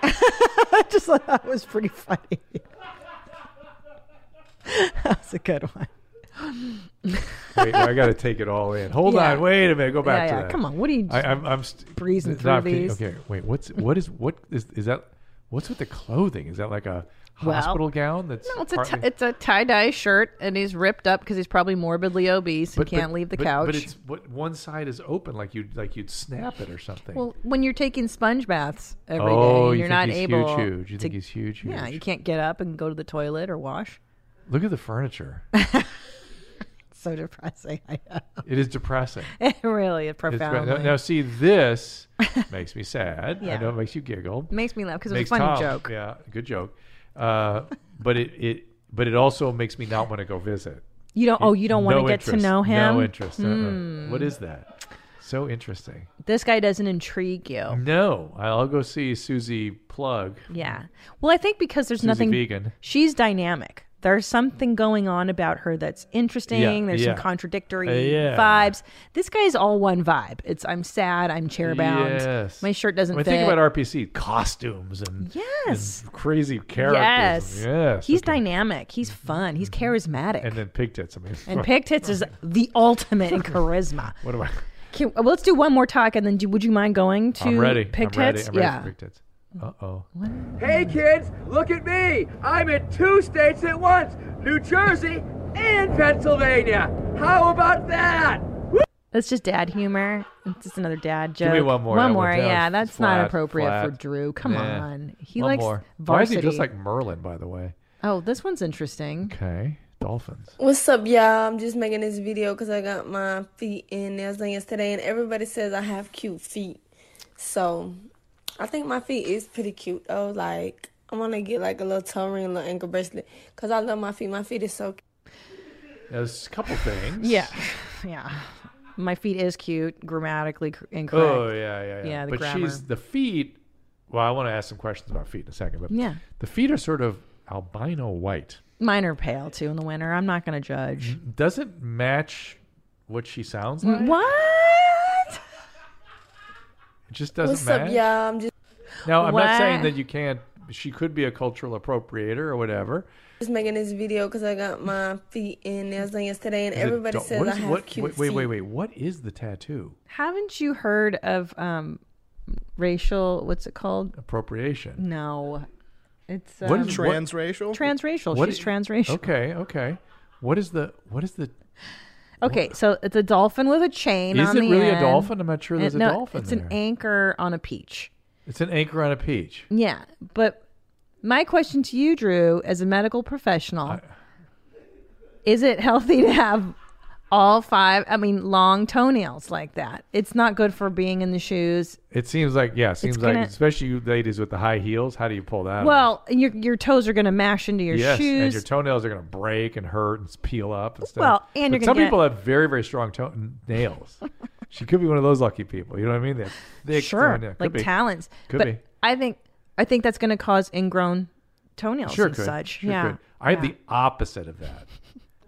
Speaker 3: I just thought that was pretty funny. [laughs] That's a good one.
Speaker 2: Wait, I got to take it all in. Hold
Speaker 3: Yeah.
Speaker 2: on. Wait a minute. Go back
Speaker 3: Yeah,
Speaker 2: to
Speaker 3: yeah,
Speaker 2: that.
Speaker 3: come on, what are you
Speaker 2: I, I'm, I'm st-
Speaker 3: breezing
Speaker 2: it's not
Speaker 3: through
Speaker 2: fe-
Speaker 3: these?
Speaker 2: Okay. Wait. What's what is what is is that? What's with the clothing? Is that like a
Speaker 3: Well,
Speaker 2: hospital gown? That's
Speaker 3: No, it's a,
Speaker 2: partly-
Speaker 3: t- it's a tie dye shirt, and he's ripped up because he's probably morbidly obese and
Speaker 2: but-
Speaker 3: can't
Speaker 2: but-
Speaker 3: leave the
Speaker 2: but-
Speaker 3: couch.
Speaker 2: But it's what one side is open, like you would like you'd snap it or something.
Speaker 3: Well, when you're taking sponge baths every day,
Speaker 2: Oh, you
Speaker 3: you're
Speaker 2: think
Speaker 3: not
Speaker 2: he's huge,
Speaker 3: able.
Speaker 2: huge. You
Speaker 3: to-
Speaker 2: think he's huge,
Speaker 3: Yeah,
Speaker 2: huge.
Speaker 3: you can't get up and go to the toilet or wash.
Speaker 2: Look at the
Speaker 3: [laughs]
Speaker 2: furniture.
Speaker 3: It's so depressing. [laughs] I know.
Speaker 2: It is depressing.
Speaker 3: It really is
Speaker 2: It's depre-
Speaker 3: profoundly.
Speaker 2: Now, now see, this
Speaker 3: [laughs]
Speaker 2: makes me sad. I
Speaker 3: Yeah.
Speaker 2: know it makes you giggle.
Speaker 3: Makes me laugh 'cause it was a
Speaker 2: Makes
Speaker 3: funny
Speaker 2: Tom-
Speaker 3: joke.
Speaker 2: Yeah, good joke. Uh, but it, it but it also makes me not want to go visit.
Speaker 3: You don't- oh, you don't wanna
Speaker 2: No
Speaker 3: get to
Speaker 2: interest.
Speaker 3: know him?
Speaker 2: No interest. uh-uh.
Speaker 3: Hmm.
Speaker 2: What is that? So interesting.
Speaker 3: This guy doesn't intrigue
Speaker 2: Mm-hmm.
Speaker 3: you.
Speaker 2: No, I'll go see Susie Plug.
Speaker 3: Yeah. Well, I think because there's
Speaker 2: Susie
Speaker 3: nothing.
Speaker 2: Vegan.
Speaker 3: She's dynamic. There's something going on about her that's interesting. There's
Speaker 2: yeah.
Speaker 3: some contradictory
Speaker 2: Uh, yeah.
Speaker 3: vibes. This guy's all one vibe. It's I'm sad, I'm chairbound.
Speaker 2: Yes.
Speaker 3: My shirt doesn't
Speaker 2: when
Speaker 3: fit.
Speaker 2: I think about RPC costumes and
Speaker 3: Yes.
Speaker 2: and crazy characters.
Speaker 3: Yes.
Speaker 2: yes. Mm-hmm.
Speaker 3: He's dynamic. He's fun. He's charismatic.
Speaker 2: and then pig tits. I mean,
Speaker 3: And pig tits is the ultimate in charisma.
Speaker 2: [laughs] What do I?
Speaker 3: Can, well, let's do one more talk, and then do, would you mind going to
Speaker 2: I'm ready.
Speaker 3: pig
Speaker 2: I'm ready.
Speaker 3: tits?
Speaker 2: I'm ready
Speaker 3: yeah.
Speaker 2: for pig tits. Uh oh.
Speaker 14: Hey kids, look at me! I'm in two states at once New Jersey and Pennsylvania! How about that?
Speaker 3: That's just dad humor. It's just another dad joke.
Speaker 2: Give me one more.
Speaker 3: One
Speaker 2: That
Speaker 3: more.
Speaker 2: one- that
Speaker 3: yeah,
Speaker 2: was
Speaker 3: that's
Speaker 2: flat,
Speaker 3: not appropriate for
Speaker 2: flat.
Speaker 3: Drew. Come
Speaker 2: Yeah.
Speaker 3: on. He
Speaker 2: One
Speaker 3: likes
Speaker 2: more. Why is
Speaker 3: varsity.
Speaker 2: he just like Merlin? By the
Speaker 3: [laughs]
Speaker 2: way.
Speaker 3: oh, this one's
Speaker 2: [laughs]
Speaker 3: interesting.
Speaker 2: Okay. Dolphins.
Speaker 15: What's up, y'all? I'm just making this video because I got my feet and nails done yesterday, and everybody says I have cute feet. So, I think my feet is pretty cute though. Like, I want to get like a little toe ring, a little ankle bracelet, cause I love my feet. My feet is so cute.
Speaker 2: There's a couple things.
Speaker 3: Yeah. Yeah. My feet is cute, grammatically cor- incorrect.
Speaker 2: Oh yeah, yeah, yeah.
Speaker 3: Yeah, the
Speaker 2: but
Speaker 3: grammar.
Speaker 2: she's the feet. Well, I want to ask some questions about feet in a second, but
Speaker 3: Yeah.
Speaker 2: the feet are sort of albino white.
Speaker 3: Mine are pale too in the winter. I'm not going to judge.
Speaker 2: Doesn't match what she sounds like.
Speaker 3: What?
Speaker 2: It just doesn't
Speaker 15: What's
Speaker 2: match.
Speaker 15: up, y'all? I'm just
Speaker 2: Now I'm not saying
Speaker 15: What?
Speaker 2: that you can't. She could be a cultural appropriator or whatever.
Speaker 15: just making this video because I got my feet and nails done yesterday, and
Speaker 2: Is it
Speaker 15: everybody
Speaker 2: do-
Speaker 15: says
Speaker 2: what
Speaker 15: I
Speaker 2: is-
Speaker 15: have
Speaker 2: what-
Speaker 15: cute
Speaker 2: wait, wait,
Speaker 15: feet.
Speaker 2: wait, wait. What is the tattoo?
Speaker 3: Haven't you heard of um, racial? What's it called?
Speaker 2: Appropriation.
Speaker 3: Mm, No, it's um,
Speaker 2: What is- what- Transracial?
Speaker 3: Transracial.
Speaker 2: What
Speaker 3: She's
Speaker 2: i-
Speaker 3: transracial.
Speaker 2: Okay, okay. What is the? What is the?
Speaker 3: [laughs] Okay, so it's a dolphin with a chain.
Speaker 2: Is
Speaker 3: on
Speaker 2: it
Speaker 3: the
Speaker 2: really a
Speaker 3: end.
Speaker 2: dolphin? I'm not sure
Speaker 3: And-
Speaker 2: there's a
Speaker 3: no,
Speaker 2: dolphin
Speaker 3: It's
Speaker 2: there.
Speaker 3: an anchor on a peach.
Speaker 2: It's an anchor on a peach.
Speaker 3: Yeah, but my question to you, Drew, as a medical professional, is it healthy to have all five? I mean, long toenails like that. It's not good for being in the shoes.
Speaker 2: It seems like yeah. Seems
Speaker 3: gonna-
Speaker 2: like especially you ladies with the high heels. How do you pull that? off?
Speaker 3: Well, your your toes are going to mash into your
Speaker 2: yes,
Speaker 3: shoes.
Speaker 2: and your toenails are going to break and hurt and peel up and stuff.
Speaker 3: Well, and
Speaker 2: But
Speaker 3: you're
Speaker 2: some
Speaker 3: gonna
Speaker 2: people have very very strong toe
Speaker 3: [laughs]
Speaker 2: nails. she could be one of those lucky people. You know what I mean? They have thick
Speaker 3: sure,
Speaker 2: toenail- could
Speaker 3: like
Speaker 2: be.
Speaker 3: talons.
Speaker 2: Could
Speaker 3: but
Speaker 2: be.
Speaker 3: I think I think that's going to cause ingrown toenails
Speaker 2: Sure
Speaker 3: and
Speaker 2: could.
Speaker 3: such.
Speaker 2: Sure
Speaker 3: yeah,
Speaker 2: could. I have
Speaker 3: Yeah.
Speaker 2: the opposite of that.
Speaker 3: [laughs]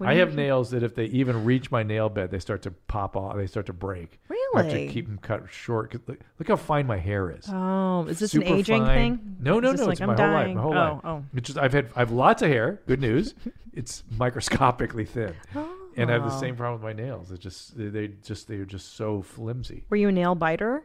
Speaker 3: What do
Speaker 2: I
Speaker 3: you
Speaker 2: have
Speaker 3: mean?
Speaker 2: nails that if they even reach my nail bed, they start to pop off. They start to break. I have to
Speaker 3: Really?
Speaker 2: keep them cut short. 'cause Look, look how fine my hair is.
Speaker 3: Oh, is this an
Speaker 2: Super
Speaker 3: aging
Speaker 2: fine.
Speaker 3: thing?
Speaker 2: No,
Speaker 3: Is
Speaker 2: no,
Speaker 3: this
Speaker 2: no.
Speaker 3: like
Speaker 2: it's
Speaker 3: I'm
Speaker 2: my whole life.
Speaker 3: dying?
Speaker 2: My whole
Speaker 3: Oh,
Speaker 2: life.
Speaker 3: oh.
Speaker 2: It's just I've had I've lots of hair. Good news. [laughs] it's microscopically thin, and I have the
Speaker 3: Oh.
Speaker 2: same problem with my nails. It just they, they just they are just so flimsy.
Speaker 3: Were you a nail biter?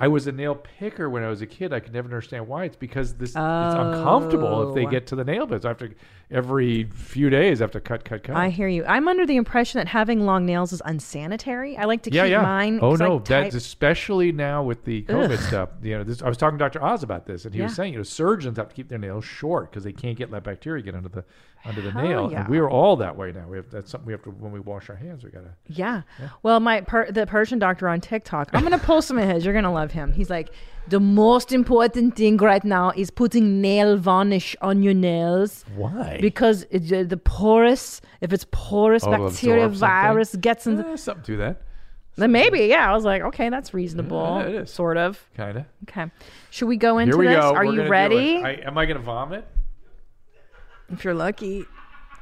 Speaker 2: I was a nail picker when I was a kid. I could never understand why. It's because this it's uncomfortable if they
Speaker 3: Oh.
Speaker 2: get to the nail beds. I have to every few days I have to cut, cut, cut.
Speaker 3: I hear you. I'm under the impression that having long nails is unsanitary. I like to
Speaker 2: yeah,
Speaker 3: keep
Speaker 2: yeah.
Speaker 3: mine.
Speaker 2: oh
Speaker 3: 'cause I
Speaker 2: no,
Speaker 3: type-
Speaker 2: that's especially now with the COVID
Speaker 3: Ugh.
Speaker 2: stuff. You know, this, I was talking to Dr. Oz about this, and he was
Speaker 3: Yeah.
Speaker 2: saying you know surgeons have to keep their nails short because they can't get that bacteria get under the under the
Speaker 3: Hell
Speaker 2: nail.
Speaker 3: yeah.
Speaker 2: And we are all that way now. We have that's something we have to when we wash our hands. We gotta.
Speaker 3: Yeah. Well, my per- the Persian doctor on TikTok. I'm gonna post some of his. You're gonna love him. He's like, the most important thing right now is putting nail varnish on your nails.
Speaker 2: Why?
Speaker 3: Because it, uh, the porous, if it's porous
Speaker 2: Oh, it'll
Speaker 3: bacteria
Speaker 2: absorb something?
Speaker 3: virus gets in.
Speaker 2: Eh,
Speaker 3: The-
Speaker 2: something to that.
Speaker 3: then maybe, yeah. I was like, okay, that's reasonable.
Speaker 2: Yeah, it is.
Speaker 3: Sort of.
Speaker 2: Kinda.
Speaker 3: Okay. Should we go into
Speaker 2: Here we
Speaker 3: this?
Speaker 2: go.
Speaker 3: Are
Speaker 2: We're
Speaker 3: you
Speaker 2: gonna do it.
Speaker 3: ready?
Speaker 2: I, am I gonna vomit?
Speaker 3: if you're lucky.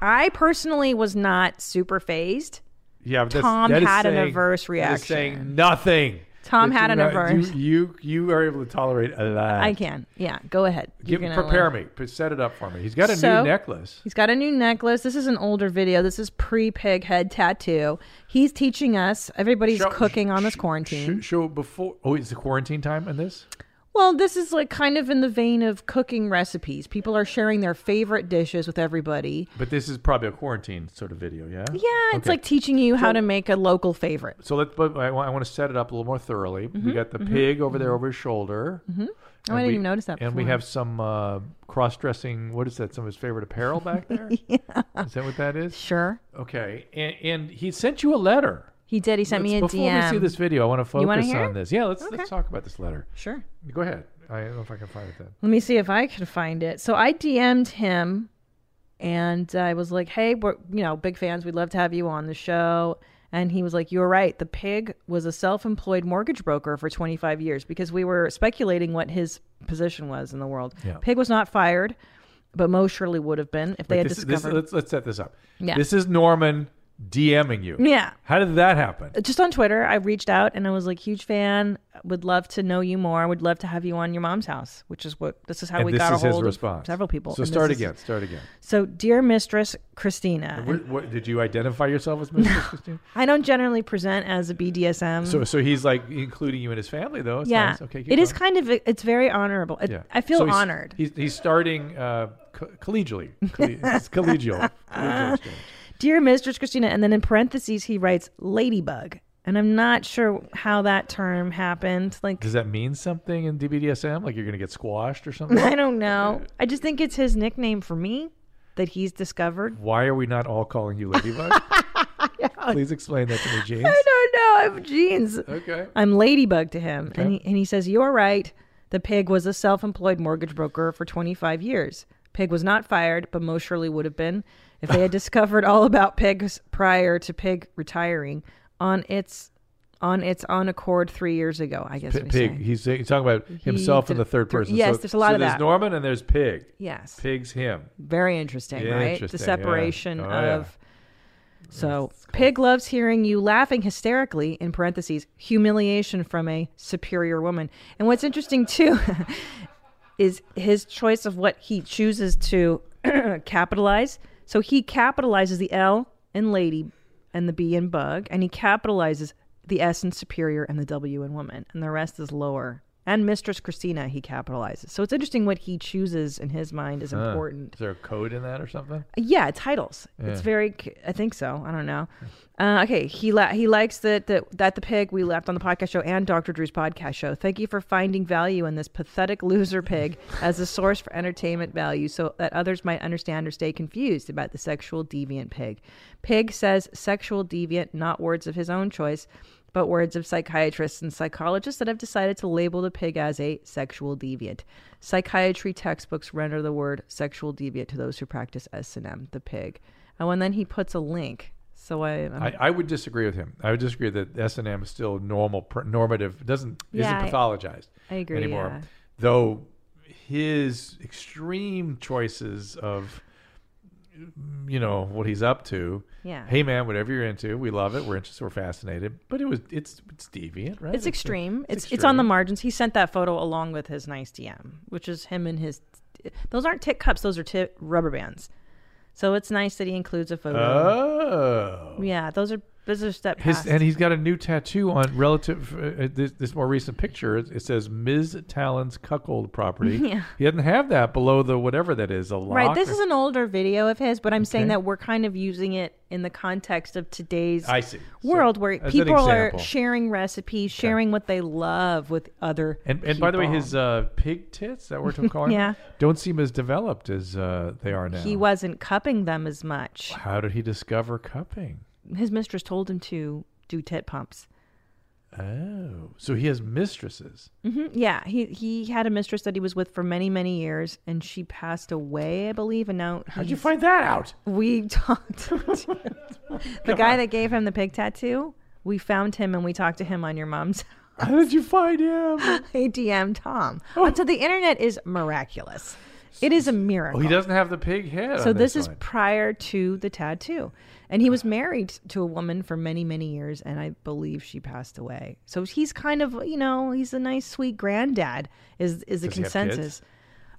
Speaker 3: I personally was not super phased.
Speaker 2: Yeah, but that's,
Speaker 3: Tom
Speaker 2: that is
Speaker 3: had an
Speaker 2: saying-
Speaker 3: adverse
Speaker 2: That is saying nothing.
Speaker 3: Tom
Speaker 2: That
Speaker 3: had
Speaker 2: you
Speaker 3: an
Speaker 2: know-
Speaker 3: adverse.
Speaker 2: You, you you are able to tolerate a lot.
Speaker 3: I can. Yeah, go ahead.
Speaker 2: Give,
Speaker 3: You're gonna
Speaker 2: prepare
Speaker 3: love-
Speaker 2: me. P- Set it up for me. He's got a
Speaker 3: So,
Speaker 2: new necklace.
Speaker 3: He's got a new necklace. This is an older video. This is pre pig head tattoo. He's teaching us. Everybody's
Speaker 2: Show-
Speaker 3: cooking on this quarantine.
Speaker 2: Show before. Oh, is the quarantine time in this?
Speaker 3: well, this is like kind of in the vein of cooking recipes. People are sharing their favorite dishes with everybody.
Speaker 2: But this is probably a quarantine sort of video, yeah.
Speaker 3: Yeah, it's like teaching you how to make a local favorite.
Speaker 2: So let. But I, want to set it up a little more thoroughly. We
Speaker 3: Mhm,
Speaker 2: got the
Speaker 3: mhm,
Speaker 2: pig over there
Speaker 3: mhm.
Speaker 2: over his shoulder.
Speaker 3: Mhm. Oh, I
Speaker 2: And
Speaker 3: didn't
Speaker 2: we-
Speaker 3: even notice that
Speaker 2: And we
Speaker 3: before.
Speaker 2: have some uh, cross-dressing. What is that? Some of his favorite apparel back
Speaker 3: [laughs]
Speaker 2: there. Is that what that is?
Speaker 3: Sure.
Speaker 2: Okay. And, and he sent you a letter.
Speaker 3: He did. He sent me a
Speaker 2: Let's- Before
Speaker 3: DM.
Speaker 2: we see this video, I want to
Speaker 3: You wanna
Speaker 2: focus
Speaker 3: hear
Speaker 2: on
Speaker 3: it?
Speaker 2: this. Yeah, let's
Speaker 3: Okay.
Speaker 2: let's talk about this letter.
Speaker 3: Sure.
Speaker 2: Go ahead. I don't know if I can find it then.
Speaker 3: Let me see if I could find it. So I DM'd him, and I was like, "Hey, we're you know big fans. We'd love to have you on the show." And he was like, "You're right. The pig was a self-employed mortgage broker for 25 years because we were speculating what his position was in the world.
Speaker 16: Yeah.
Speaker 3: Pig was not fired, but most surely would have been if they
Speaker 2: Wait,
Speaker 3: had
Speaker 2: this, this- uh,
Speaker 3: discovered.
Speaker 2: let's, let's set this up.
Speaker 3: Yeah.
Speaker 2: This is Norman DMing you.
Speaker 3: [laughs] Yeah.
Speaker 2: How did that happen?
Speaker 3: just on Twitter, I reached out and I was like, huge fan. Would love to know you more. Would love to have you on your mom's house, which is what this is how
Speaker 2: and
Speaker 3: we
Speaker 2: this
Speaker 3: got
Speaker 2: is
Speaker 3: a
Speaker 2: his
Speaker 3: hold
Speaker 2: response.
Speaker 3: of several people.
Speaker 2: So
Speaker 3: And this
Speaker 2: start
Speaker 3: is-
Speaker 2: again. Start again.
Speaker 3: So, dear Mistress Christina,
Speaker 2: What, what, did you identify yourself as
Speaker 3: [laughs]
Speaker 2: Mr. Christine?
Speaker 3: I don't generally present as a BDSM.
Speaker 2: So, so he's like including you in his family, though. It's
Speaker 3: yeah,
Speaker 2: nice. Okay. keep
Speaker 3: it is
Speaker 2: going.
Speaker 3: kind of it's very honorable. It,
Speaker 2: Yeah.
Speaker 3: I feel
Speaker 2: So he's-
Speaker 3: honored.
Speaker 2: He's, he's starting uh, co- collegially.
Speaker 3: [laughs]
Speaker 2: Colle- it's collegial. collegial exchange.
Speaker 3: Dear Mistress Christina, and then in parentheses he writes ladybug, and I'm not sure how that term happened. Like
Speaker 2: Does that mean something in DBDSM? Like you're going to get squashed or something?
Speaker 3: [laughs] I don't know. I just think it's his nickname for me that he's discovered.
Speaker 2: Why are we not all calling you
Speaker 3: [laughs]
Speaker 2: Ladybug? Please explain that to me, James.
Speaker 3: I don't know. I'm jeans.
Speaker 2: Okay.
Speaker 3: I'm ladybug to him, and
Speaker 2: Okay.
Speaker 3: he and he says you're right. The pig was a self-employed mortgage broker for 25 years. Pig was not fired, but most surely would have been
Speaker 2: [laughs]
Speaker 3: if they had discovered all about pigs prior to pig retiring on its on its own accord three years ago. I guess
Speaker 2: P-
Speaker 3: we say.
Speaker 2: pig. He's, saying- he's talking about himself in
Speaker 3: did-
Speaker 2: the third
Speaker 3: there-
Speaker 2: person.
Speaker 3: yes,
Speaker 2: so,
Speaker 3: there's a lot
Speaker 2: so
Speaker 3: of
Speaker 2: there's
Speaker 3: that.
Speaker 2: Norman and there's Pig.
Speaker 3: Yes.
Speaker 2: Pig's him.
Speaker 3: Very interesting, right?
Speaker 2: Interesting,
Speaker 3: the
Speaker 2: yeah.
Speaker 3: separation
Speaker 2: Oh, yeah.
Speaker 3: of. So, Pig loves hearing you laughing hysterically, in parentheses, humiliation from a superior woman. And what's interesting, too, [laughs] is his choice of what he chooses to [clears throat] capitalize. So, he capitalizes the L in lady and the B in bug, and he capitalizes the S in superior and the W in woman, and the rest is lower. And Mistress Christina, he capitalizes. So, it's interesting what he chooses in his mind is
Speaker 2: Huh.
Speaker 3: important.
Speaker 2: Is there a code in that or something?
Speaker 3: Yeah, titles. It's
Speaker 2: Yeah.
Speaker 3: very. c- I think so. I don't know. Uh, okay, he la- he likes that that that the pig we left on the podcast show and Dr. Drew's podcast show. Thank you for finding value in this pathetic loser pig as a source for entertainment value, so that others might understand or stay confused about the sexual deviant pig. Pig says sexual deviant, not words of his own choice. But words of psychiatrists and psychologists that have decided to label the pig as a sexual deviant. Psychiatry textbooks render the word sexual deviant to those who practice S&M, the pig. Oh, and then he puts a link. So I, I'm-
Speaker 2: I, I would disagree with him. I would disagree that S and M is still normal, pr- normative, doesn't
Speaker 3: Yeah, I-
Speaker 2: isn't pathologized
Speaker 3: I agree,
Speaker 2: anymore.
Speaker 3: yeah.
Speaker 2: Though his extreme choices of, you know, what he's up to.
Speaker 3: Yeah.
Speaker 2: Hey man, whatever you're into, we love it. We're interested. We're fascinated. But it was it's it's deviant, right?
Speaker 3: It's extreme. It's it's, on the margins. He sent that photo along with his nice DM, which is him and his. Those aren't tick cups. Those are tip rubber bands. So it's nice that he includes a photo.
Speaker 2: Oh.
Speaker 3: Yeah, those are those are step
Speaker 2: His,
Speaker 3: past.
Speaker 2: and he's got a new tattoo on relative uh, this, this more recent picture. It, it says Ms. Talon's cuckold property.
Speaker 3: [laughs] Yeah.
Speaker 2: He doesn't have that below the whatever that is. A lock
Speaker 3: Right. This
Speaker 2: or-
Speaker 3: is an older video of his, but I'm saying
Speaker 2: Okay.
Speaker 3: that we're kind of using it in the context of today's
Speaker 2: I see. So,
Speaker 3: world where
Speaker 2: as an
Speaker 3: people are
Speaker 2: example.
Speaker 3: sharing recipes, sharing what they love with other.
Speaker 2: And, and by the way,
Speaker 3: people.
Speaker 2: his uh, pig tits that we're
Speaker 3: [laughs]
Speaker 2: calling
Speaker 3: Yeah.
Speaker 2: don't seem as developed as uh, they are now.
Speaker 3: he wasn't cupping them as much.
Speaker 2: How did he discover cupping?
Speaker 3: His mistress told him to do tit pumps.
Speaker 2: Oh, so he has mistresses.
Speaker 3: hmm Yeah, he he had a mistress that he was with for many many years, and she passed away, I believe. And now
Speaker 2: How'd you
Speaker 3: he's-
Speaker 2: find that out?
Speaker 3: [laughs] We talked.
Speaker 2: [laughs]
Speaker 3: to- the guy that gave him the pig tattoo. We found him and we talked to him on your mom's.
Speaker 2: How did you find him?
Speaker 3: [gasps] he DM'd Tom. So the internet is miraculous. It is a miracle.
Speaker 2: Oh. Oh, he doesn't have the pig head.
Speaker 3: So
Speaker 2: on
Speaker 3: this
Speaker 2: this,
Speaker 3: is
Speaker 2: one.
Speaker 3: prior to the tattoo. And he was married to a woman for many, many years, and I believe she passed away. So he's kind of, you know, he's a nice, sweet granddad. Is is the
Speaker 2: Does he have kids?
Speaker 3: consensus?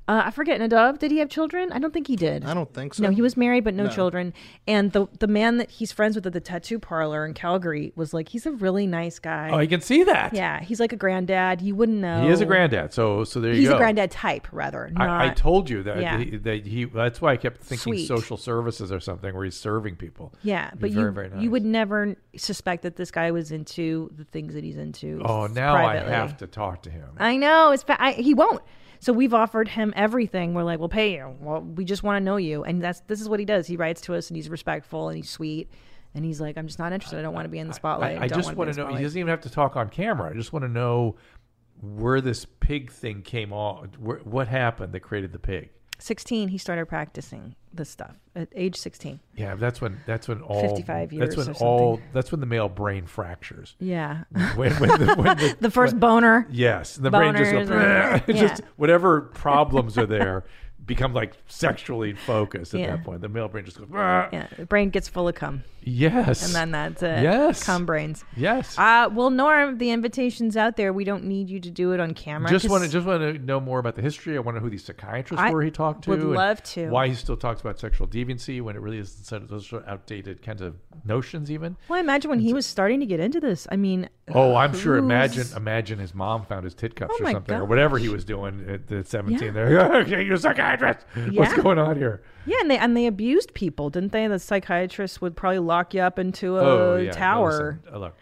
Speaker 3: Uh, I forget. Nadav, did he have children? I don't think he did. I
Speaker 7: don't think
Speaker 3: No,
Speaker 7: so.
Speaker 3: he was married but no,
Speaker 7: No.
Speaker 3: children. And the the man that he's friends with at the tattoo parlor in Calgary was like, he's a really nice guy.
Speaker 2: Oh, you can see that.
Speaker 3: Yeah, he's like a granddad. You wouldn't know.
Speaker 2: He is a granddad. So so there you
Speaker 3: Oh. He's
Speaker 2: go.
Speaker 3: a granddad type, rather. Not,
Speaker 2: I, I told you that
Speaker 3: Yeah.
Speaker 2: he, that he. That's why I kept thinking
Speaker 3: Sweet.
Speaker 2: social services or something where he's serving people.
Speaker 3: Yeah,
Speaker 2: He's
Speaker 3: but
Speaker 2: very,
Speaker 3: you
Speaker 2: very nice.
Speaker 3: you would never suspect that this guy was into the things that he's into.
Speaker 2: Oh,
Speaker 3: s-
Speaker 2: now
Speaker 3: privately.
Speaker 2: I have to talk to him.
Speaker 3: I know it's fa- I, he won't. So we've offered him everything. We're like, we'll pay you. Well, we just want to know you, and that's this is what he does. He writes to us, and he's respectful, and he's sweet, and he's like, I'm just not interested. I don't want to be in the spotlight.
Speaker 2: I, I
Speaker 3: don't
Speaker 2: just
Speaker 3: want
Speaker 2: want to know.
Speaker 3: be in the
Speaker 2: He doesn't even have to talk on camera. I just want to know where this pig thing came on. Where, what happened that created the pig?
Speaker 3: spotlight. 16, he started practicing this stuff at age 16.
Speaker 2: Yeah, that's when. That's when all.
Speaker 3: 55 years
Speaker 2: That's when
Speaker 3: or something.
Speaker 2: all. That's when the male brain
Speaker 3: [laughs]
Speaker 2: fractures.
Speaker 3: Yeah.
Speaker 2: When, when the, when the,
Speaker 3: The first
Speaker 2: when-
Speaker 3: boner.
Speaker 2: Yes, the brain just
Speaker 3: [laughs] Boners and-
Speaker 2: goes.
Speaker 3: yeah.
Speaker 2: just whatever problems are there. [laughs] become like sexually focused at
Speaker 3: Yeah.
Speaker 2: that point. The male brain just goes, "Rah."
Speaker 3: Yeah, the brain gets full of cum.
Speaker 2: Yes.
Speaker 3: And then that's it.
Speaker 2: Yes.
Speaker 3: Cum brains.
Speaker 2: Yes.
Speaker 3: Uh, well, Norm, the invitation's out there. We don't need you to do it on camera.
Speaker 2: just
Speaker 3: 'cause
Speaker 2: want to just want to know more about the history. I wonder who these psychiatrists
Speaker 3: I
Speaker 2: were he talked to.
Speaker 3: would
Speaker 2: and
Speaker 3: love to.
Speaker 2: Why he still talks about sexual deviancy when it really is sort of those sort of outdated kinds of notions. Even
Speaker 3: Well, I imagine when he was starting to get into this. I mean,
Speaker 2: oh, I'm sure.
Speaker 3: who's-
Speaker 2: Imagine imagine his mom found his tit cups
Speaker 3: Oh
Speaker 2: or
Speaker 3: my
Speaker 2: something or
Speaker 3: gosh.
Speaker 2: whatever he was doing at the 17.
Speaker 3: Yeah.
Speaker 2: They're okay, [laughs] you're a psychiatrist. What's
Speaker 3: Yeah.
Speaker 2: going on here?
Speaker 3: Yeah, and they and they abused people, didn't they? The psychiatrists would probably lock you up into a
Speaker 2: oh yeah. no,
Speaker 3: tower.
Speaker 2: listen, uh, look,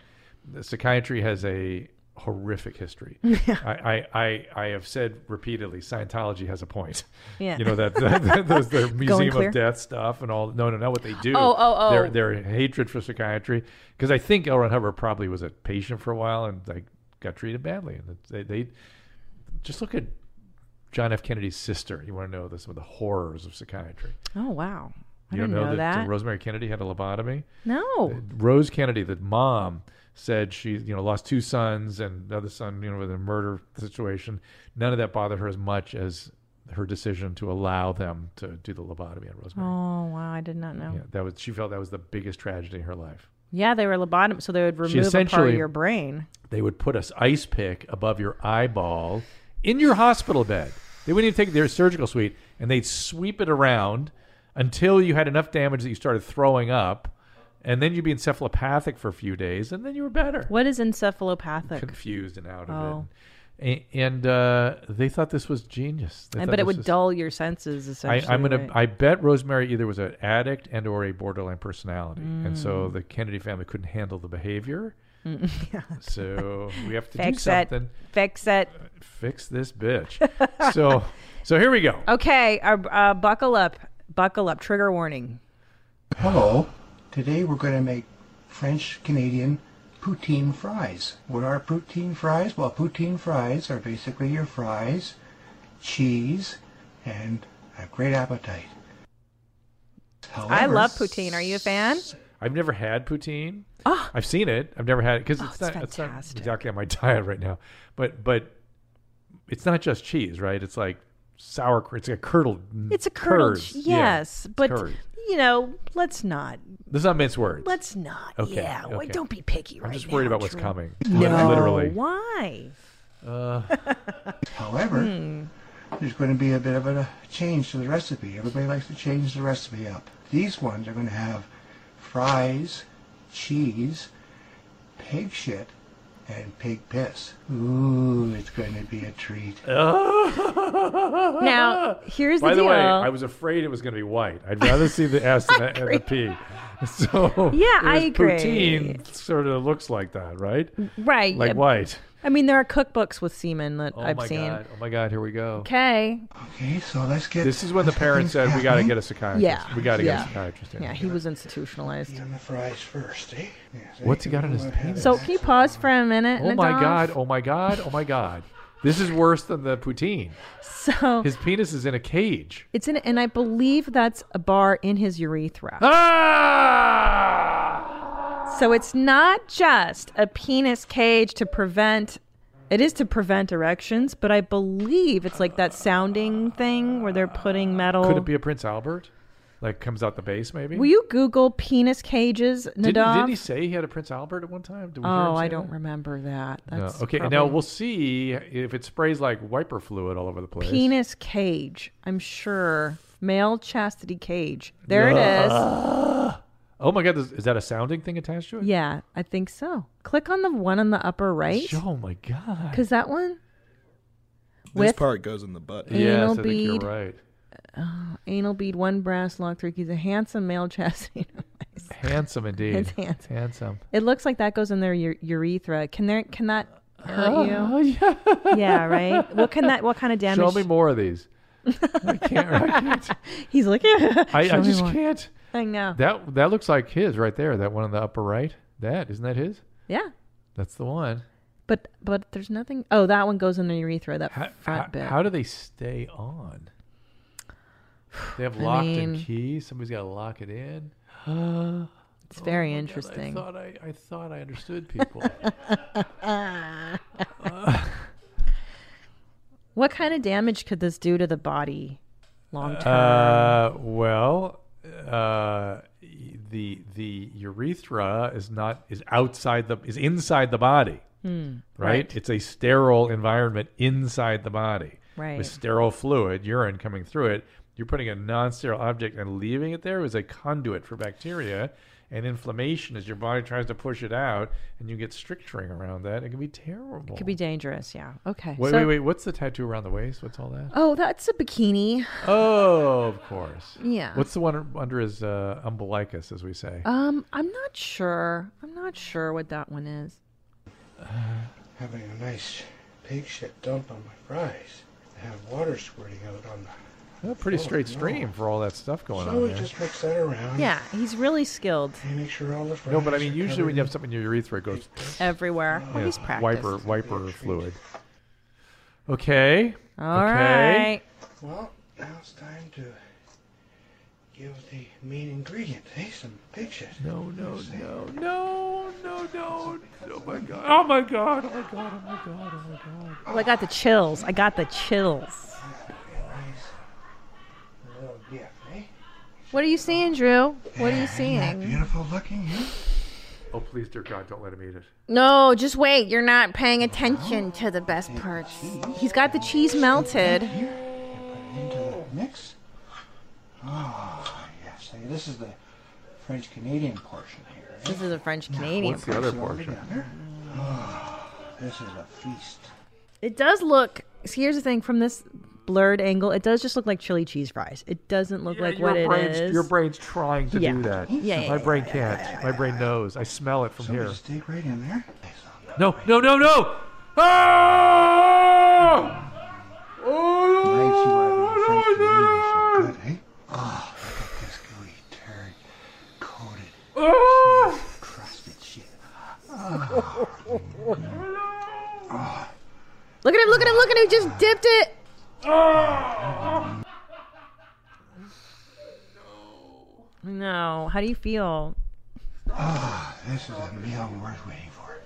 Speaker 2: the psychiatry has a horrific
Speaker 3: [laughs]
Speaker 2: history. I, I, I, I have said repeatedly, Scientology has a point.
Speaker 3: Yeah.
Speaker 2: You know that, that, that those their
Speaker 3: [laughs] Going
Speaker 2: Museum
Speaker 3: clear?
Speaker 2: of Death stuff and all. No, no, no. What they do.
Speaker 3: Oh, oh, oh.
Speaker 2: Their their hatred for psychiatry, because I think L. Ron Hubbard probably was a patient for a while and like got treated badly, and they they just look at. John F. Kennedy's sister. You want to know the, some of the horrors of psychiatry.
Speaker 3: Oh wow, I
Speaker 2: you don't
Speaker 3: didn't
Speaker 2: know,
Speaker 3: know
Speaker 2: that, uh,
Speaker 3: that.
Speaker 2: Rosemary Kennedy had a lobotomy.
Speaker 3: No.
Speaker 2: Rose Kennedy, the mom, said she you know lost two sons and the other son you know with a murder situation. None of that bothered her as much as her decision to allow them to do the lobotomy on Rosemary.
Speaker 3: Oh wow, I did not know.
Speaker 2: Yeah,
Speaker 3: Yeah,
Speaker 2: that was she felt that was the biggest tragedy in her life.
Speaker 3: they were lobotomy, so they would
Speaker 2: she
Speaker 3: remove a
Speaker 2: essentially
Speaker 3: part of your brain.
Speaker 2: They would put a s- ice pick above your eyeball in your hospital bed. They wouldn't even take their surgical suite and they'd sweep it around until you had enough damage that you started throwing up, and then you'd be encephalopathic for a few days, and then you were better.
Speaker 3: What is encephalopathic?
Speaker 2: confused and out of
Speaker 3: Oh.
Speaker 2: it. A- And uh, they thought this was genius. They
Speaker 3: And-
Speaker 2: thought
Speaker 3: but it
Speaker 2: this
Speaker 3: would
Speaker 2: was-
Speaker 3: dull your senses.
Speaker 2: I,
Speaker 3: Essentially,
Speaker 2: I'm gonna.
Speaker 3: right?
Speaker 2: I bet Rosemary either was an addict and or a borderline personality, and so the Kennedy family couldn't handle the behavior.
Speaker 3: Mm, [laughs] yeah.
Speaker 2: So we have to do
Speaker 3: fix it.
Speaker 2: something.
Speaker 3: Fix it.
Speaker 2: Fix this
Speaker 3: [laughs]
Speaker 2: bitch. so, so here we go.
Speaker 3: Okay, uh, uh, buckle up. Buckle up. Trigger warning.
Speaker 16: Hello. Today we're going to make French Canadian poutine fries. What are poutine fries? Well, poutine fries are basically your fries, cheese, and a great appetite.
Speaker 3: I love poutine. Are you a fan?
Speaker 2: I've never had poutine. I've seen it. I've never had it because it's,
Speaker 3: Ah. Oh, it's
Speaker 2: not. It's not exactly on my [laughs] diet right now. But but it's not just cheese, right? It's like sour. cur- It's a curdled.
Speaker 3: It's a curdled.
Speaker 2: curd.
Speaker 3: ch-
Speaker 2: Yeah,
Speaker 3: Yes,
Speaker 2: it's
Speaker 3: but
Speaker 2: curd.
Speaker 3: you know, let's not.
Speaker 2: This is not mince words.
Speaker 3: Let's not.
Speaker 2: Okay,
Speaker 3: Yeah. wait,
Speaker 2: okay.
Speaker 3: don't be picky
Speaker 2: I'm
Speaker 3: right
Speaker 2: just worried
Speaker 3: now,
Speaker 2: about what's
Speaker 3: Drew.
Speaker 2: coming.
Speaker 3: No.
Speaker 2: Literally. [laughs]
Speaker 3: Why?
Speaker 2: Uh,
Speaker 16: However, there's going to be a bit of a change to the recipe. Everybody likes to change the recipe up. These ones are going to have fries, cheese, pig shit, and pig piss. Ooh, it's going to be a treat.
Speaker 3: Now, here's
Speaker 2: By
Speaker 3: the
Speaker 2: the,
Speaker 3: deal.
Speaker 2: way, I was afraid it was going to be white. I'd rather see the S
Speaker 3: [laughs]
Speaker 2: than the, the P. [laughs] So
Speaker 3: Yeah, I
Speaker 2: there's
Speaker 3: agree. Mm,
Speaker 2: Poutine sort of looks like that, right?
Speaker 3: Right,
Speaker 2: Like
Speaker 3: yeah.
Speaker 2: white.
Speaker 3: I mean, there are cookbooks with semen that
Speaker 2: Oh
Speaker 3: I've
Speaker 2: my
Speaker 3: seen.
Speaker 2: god! Oh my god! Here we go.
Speaker 3: Okay.
Speaker 16: Okay, so let's get.
Speaker 2: This is when the parents said, "We got to get a psychiatrist.
Speaker 3: Yeah.
Speaker 2: We got to
Speaker 3: yeah.
Speaker 2: get a psychiatrist."
Speaker 3: Yeah, he was institutionalized.
Speaker 16: the fries first, eh?
Speaker 2: What's he got in his penis?
Speaker 3: So can you pause for a minute?
Speaker 2: oh my
Speaker 3: Nadav?
Speaker 2: god! Oh my god! Oh my god! This is worse than the poutine.
Speaker 3: [laughs] So
Speaker 2: His penis is in a cage.
Speaker 3: it's in, and I believe that's a bar in his
Speaker 2: Ah!
Speaker 3: urethra. So it's not just a penis cage to prevent. It is to prevent erections, but I believe it's like that sounding thing where they're putting metal.
Speaker 2: Could it be a Prince Albert? Like comes out the base, maybe.
Speaker 3: Will Oh. you Google penis cages, Nadav?
Speaker 2: Didn't, didn't he say he had a Prince Albert at one time? Did we hear him
Speaker 3: oh, I
Speaker 2: say
Speaker 3: don't
Speaker 2: that?
Speaker 3: remember that.
Speaker 2: No.
Speaker 3: That's
Speaker 2: Okay, now
Speaker 3: probably-
Speaker 2: we'll see if it sprays like wiper fluid all over the place.
Speaker 3: penis cage. I'm sure male chastity cage. There it is.
Speaker 2: Oh my god! Is, is that a sounding thing attached to it?
Speaker 3: Yeah, I think so. Click on the one on the upper right.
Speaker 2: Oh my god!
Speaker 3: Because that one.
Speaker 7: This
Speaker 3: With
Speaker 7: part goes in the butt.
Speaker 3: anal
Speaker 2: Yes, I think
Speaker 3: bead.
Speaker 2: you're right.
Speaker 3: Oh, anal bead, one brass lock, three keys, a handsome male [laughs] chastity. [laughs] device.
Speaker 2: Handsome indeed.
Speaker 3: It's handsome.
Speaker 2: Handsome.
Speaker 3: It looks like that goes in their u- urethra. Can there? Can that
Speaker 2: [laughs]
Speaker 3: hurt
Speaker 2: Oh,
Speaker 3: you? Yeah. Right. What can that? What kind of damage?
Speaker 2: Show me more of these.
Speaker 3: [laughs] He's like, yeah.
Speaker 2: I- I
Speaker 3: [laughs] show me
Speaker 2: just
Speaker 3: more.
Speaker 2: can't.
Speaker 3: I know.
Speaker 2: That that looks like his right there. That one on the upper right. That isn't that his?
Speaker 3: Yeah.
Speaker 2: That's the one.
Speaker 3: But but there's nothing. Oh, that one goes in the urethra. That
Speaker 2: How,
Speaker 3: front
Speaker 2: how-
Speaker 3: bit.
Speaker 2: how do they stay
Speaker 3: [sighs]
Speaker 2: on? They have
Speaker 3: I
Speaker 2: locked in
Speaker 3: mean-
Speaker 2: keys. Somebody's got to lock it in.
Speaker 3: it's
Speaker 2: Oh
Speaker 3: very
Speaker 2: my God, I
Speaker 3: interesting.
Speaker 2: thought I, I thought I understood people.
Speaker 3: [laughs] what kind of damage could this do to the body? long term?
Speaker 2: Uh, well, uh, the the urethra is not is outside the is inside the body,
Speaker 3: Hmm.
Speaker 2: right?
Speaker 3: Right.
Speaker 2: It's a sterile environment inside the body,
Speaker 3: Right.
Speaker 2: With sterile fluid, urine coming through it. You're putting a non-sterile object and leaving it there is a conduit for bacteria and inflammation as your body tries to push it out, and you get stricturing around that. It can be terrible.
Speaker 3: It could be dangerous. Yeah. Okay.
Speaker 2: Wait,
Speaker 3: so-
Speaker 2: wait, wait! What's the tattoo around the waist? What's all that?
Speaker 3: Oh, that's a bikini.
Speaker 2: Oh, of course.
Speaker 3: Yeah.
Speaker 2: What's the one under his uh, umbilicus, as we say?
Speaker 3: Um, I'm not sure. I'm not sure what that one is.
Speaker 16: Having a nice pig shit dump on my fries. I have water squirting out on the.
Speaker 2: A pretty
Speaker 16: Oh,
Speaker 2: straight
Speaker 16: no.
Speaker 2: stream for all that stuff going
Speaker 16: So
Speaker 2: on
Speaker 16: we
Speaker 2: there.
Speaker 16: just mix that around.
Speaker 3: Yeah, he's really skilled.
Speaker 16: Make sure all the fries.
Speaker 2: No, but I mean,
Speaker 16: are
Speaker 2: usually when
Speaker 16: covered
Speaker 2: you have something in your urethra, it goes [sniffs]
Speaker 3: Everywhere.
Speaker 2: yeah,
Speaker 3: Well, he's practiced.
Speaker 2: wiper wiper fluid. Okay. All right.
Speaker 16: Well, now it's time to give the main ingredient. Hey, some pig shit.
Speaker 2: No, no, no, Oh, no, no, no. Oh my god. Oh my god. Oh my god. Oh my god. Oh my god.
Speaker 3: Oh, I got the chills. I got the chills.
Speaker 16: Little gift, eh?
Speaker 3: What are you seeing, Drew? What are you seeing?
Speaker 16: Beautiful looking, yeah?
Speaker 2: Oh please, dear God, don't let him eat it.
Speaker 3: No, just wait. You're not paying attention to the best parts. He's got the cheese melted.
Speaker 16: Into the mix. Ah, yes. Hey, this is the French Canadian portion here. eh?
Speaker 3: This is a French Canadian.
Speaker 2: What's the other
Speaker 16: Mix it all
Speaker 2: portion?
Speaker 16: together. Ah, this is a feast.
Speaker 3: It does look. See, here's the thing. From this blurred angle, it does just look like chili cheese fries. It doesn't look like what
Speaker 2: your
Speaker 3: it
Speaker 2: brain's,
Speaker 3: is.
Speaker 2: Your brain's trying to
Speaker 3: Yeah.
Speaker 2: do that.
Speaker 3: Yeah, yeah,
Speaker 2: My
Speaker 3: yeah,
Speaker 2: brain can't. My brain knows. I smell it from
Speaker 16: So
Speaker 2: here.
Speaker 16: just dig right in there.
Speaker 2: No, no, no, no! Ah!
Speaker 16: Oh, no, no, no. Good, eh? Ah, look at this gooey turd coated. Crusted shit.
Speaker 3: Look at him! Look at him! Look at him! He just dipped it. No. How do you feel?
Speaker 16: Ah, this is a meal worth waiting for.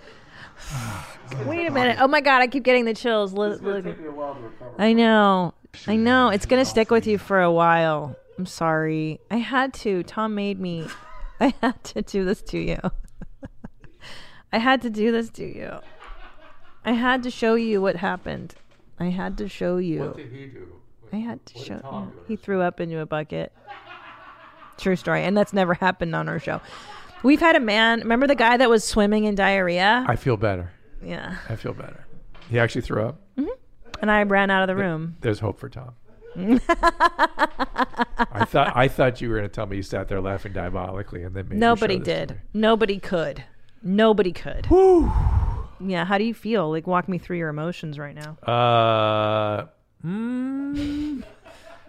Speaker 16: Ah,
Speaker 3: Wait a minute. Oh my God! I keep getting the chills. Look, look.
Speaker 16: while to recover.
Speaker 3: I know. I know. It's gonna stick with you for a while. I'm sorry. I had to. Tom made me. [laughs] I had to do this to you. [laughs] I had to do this to you. I had to show you what happened. I had to show you.
Speaker 2: he do?
Speaker 3: I had to
Speaker 2: What
Speaker 3: show
Speaker 2: did Tom
Speaker 3: you. He threw up into a bucket. True story. And that's never happened on our show. We've had a man. Remember the guy that was swimming in diarrhea?
Speaker 2: I feel better.
Speaker 3: Yeah.
Speaker 2: I feel better. He actually threw up.
Speaker 3: And I ran out of the room.
Speaker 2: There's hope for Tom. I thought I thought you were going to tell me you sat there laughing diabolically, and then made me
Speaker 3: Nobody
Speaker 2: show this to
Speaker 3: did. Nobody could. Nobody could. Yeah. How do you feel? Like, walk me through your emotions right now.
Speaker 2: me. Uh, mm,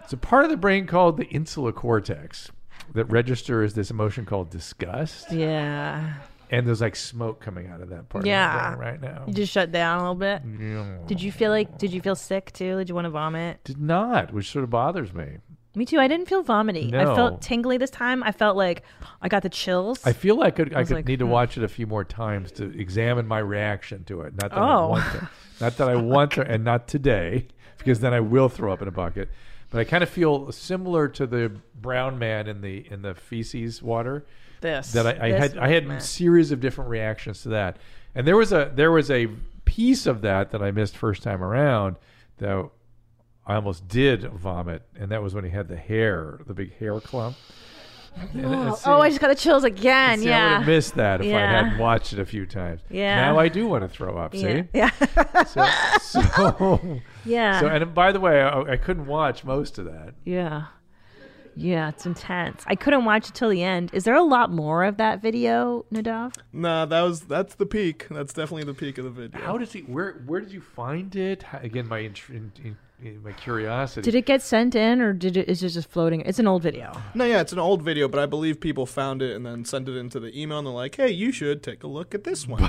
Speaker 2: it's a part of the brain called the insula cortex that registers this emotion called disgust,
Speaker 3: Yeah.
Speaker 2: and there's like smoke coming out of that part.
Speaker 3: yeah.
Speaker 2: of the brain right now.
Speaker 3: You just shut down a little bit.
Speaker 2: Yeah.
Speaker 3: Did you feel like? Did you feel sick too? Did you want to vomit?
Speaker 2: Did not, which sort of bothers me.
Speaker 3: Me too. I didn't feel vomity. I
Speaker 2: No.
Speaker 3: felt tingly this time. I felt like I got the chills.
Speaker 2: I feel like I could, I
Speaker 3: was
Speaker 2: could
Speaker 3: like,
Speaker 2: need to
Speaker 3: hmm.
Speaker 2: watch it a few more times to examine my reaction to it. Not that I
Speaker 3: Oh.
Speaker 2: want to, not that I want to, and not today, because then I will throw up in a bucket. But I kind of feel similar to the brown man in the in the feces water.
Speaker 3: This.
Speaker 2: that I, I
Speaker 3: This
Speaker 2: had I had
Speaker 3: man.
Speaker 2: a series of different reactions to that, and there was a there was a piece of that that I missed first time around that I almost did vomit, and that was when he had the hair, the big hair clump. And it-
Speaker 3: oh,
Speaker 2: it's-
Speaker 3: oh, I just got the chills again.
Speaker 2: See, I
Speaker 3: yeah.
Speaker 2: would have missed that if I
Speaker 3: Yeah.
Speaker 2: hadn't watched it a few times.
Speaker 3: Yeah.
Speaker 2: Now I do want to throw up. [laughs]
Speaker 3: Yeah.
Speaker 2: See.
Speaker 3: Yeah.
Speaker 2: So, [laughs] so-
Speaker 3: [laughs] Yeah.
Speaker 2: So and by the way, I, I couldn't watch most of that.
Speaker 3: Yeah. Yeah, it's intense. I couldn't watch it till the end. Is there a lot more of that video, Nadav?
Speaker 7: Nah, that was that's the peak. That's definitely the peak of the video.
Speaker 2: How does he? Where Where did you find it? How- Again, my int- in, in, my curiosity. [laughs]
Speaker 3: Did it get sent in or did it is it just floating? It's an old video.
Speaker 7: No, yeah, it's an old video, but I believe people found it and then sent it into the email, and they're like, "Hey, you should take a look at
Speaker 2: [laughs]
Speaker 7: this one."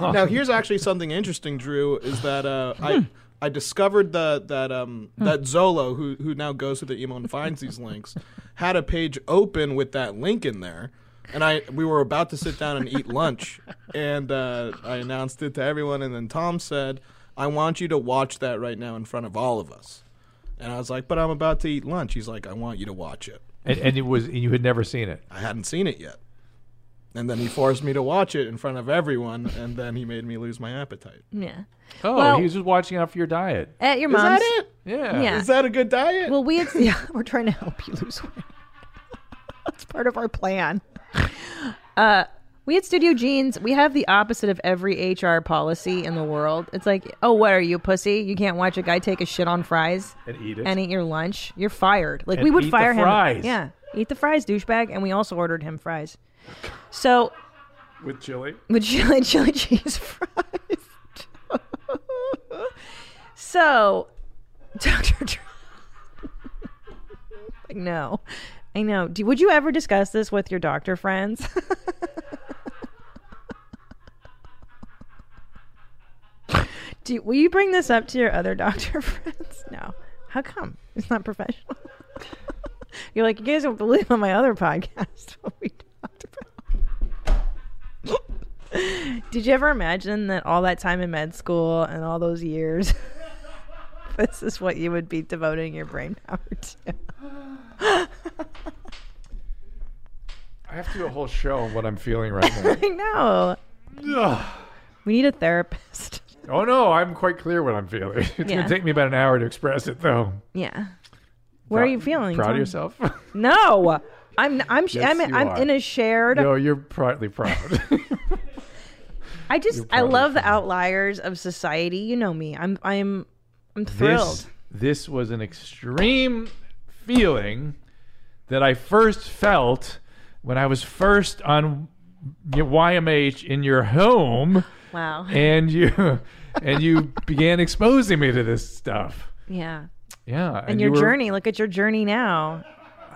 Speaker 7: now, here's actually something interesting, Drew. Is that uh, I I discovered that that um that Zolo, who who now goes to the email and finds these links, had a page open with that link in there. And I, we were about to sit down and eat lunch, and uh, I announced it to everyone. And then Tom said, "I want you to watch that right now in front of all of us." And I was like, but I'm about to eat lunch. He's like, I want you to watch it.
Speaker 2: And, and it was and you had never seen it.
Speaker 7: I hadn't seen it yet. And then he forced me to watch it in front of everyone, and then he made me lose my appetite.
Speaker 3: Yeah.
Speaker 2: Oh,
Speaker 3: Well-
Speaker 2: he was just watching out for your diet.
Speaker 3: At your
Speaker 7: Is that
Speaker 3: mom's.
Speaker 7: it?
Speaker 2: Yeah.
Speaker 3: yeah.
Speaker 7: Is that a good diet?
Speaker 3: Well, we had, yeah, [laughs] we're trying to help you lose weight. [laughs] That's part of our plan. Uh, we at Studio Jeans, we have the opposite of every HR policy in the world. It's like, oh, what are you, pussy? You can't watch a guy take a shit on fries
Speaker 2: And eat it.
Speaker 3: and eat your lunch. You're fired. Like
Speaker 2: And
Speaker 3: we would
Speaker 2: eat the
Speaker 3: fire him.
Speaker 2: fries.
Speaker 3: Yeah, eat the fries, douchebag. And we also ordered him fries. So
Speaker 2: With chili.
Speaker 3: with chili chili cheese fries. so, Doctor, no, I know. Do, would you ever discuss this with your doctor friends? Do, will you bring this up to your other doctor friends? No. How come? It's not professional. You're like, you guys don't believe on my other podcast [laughs] what we talked about. Did you ever imagine that all that time in med school and all those years, [laughs] this is what you would be devoting your brain power to?
Speaker 2: I have to do a whole show on what I'm feeling right [laughs] now.
Speaker 3: [laughs] I know.
Speaker 2: Ugh.
Speaker 3: We need a therapist. [laughs]
Speaker 2: oh no, I'm quite clear what I'm feeling. [laughs] It's
Speaker 3: Yeah.
Speaker 2: gonna take me about an hour to express it though.
Speaker 3: Yeah. Where are
Speaker 2: Prou-
Speaker 3: you feeling?
Speaker 2: Proud
Speaker 3: Tell
Speaker 2: of
Speaker 3: me.
Speaker 2: yourself? [laughs]
Speaker 3: No. I'm I'm
Speaker 2: Yes,
Speaker 3: I'm,
Speaker 2: you
Speaker 3: I'm
Speaker 2: are.
Speaker 3: in a shared
Speaker 2: no, you're partly
Speaker 3: [laughs]
Speaker 2: proud.
Speaker 3: I just
Speaker 2: You're
Speaker 3: I
Speaker 2: proud of
Speaker 3: love the outliers of society. You know me. I'm I'm I'm thrilled.
Speaker 2: This, this was an extreme feeling that I first felt when I was first on your YMH in your home.
Speaker 3: Wow.
Speaker 2: And you [laughs] and you began exposing me to this stuff.
Speaker 3: yeah.
Speaker 2: Yeah.
Speaker 3: And, your
Speaker 2: you were-
Speaker 3: journey. Look at your journey now.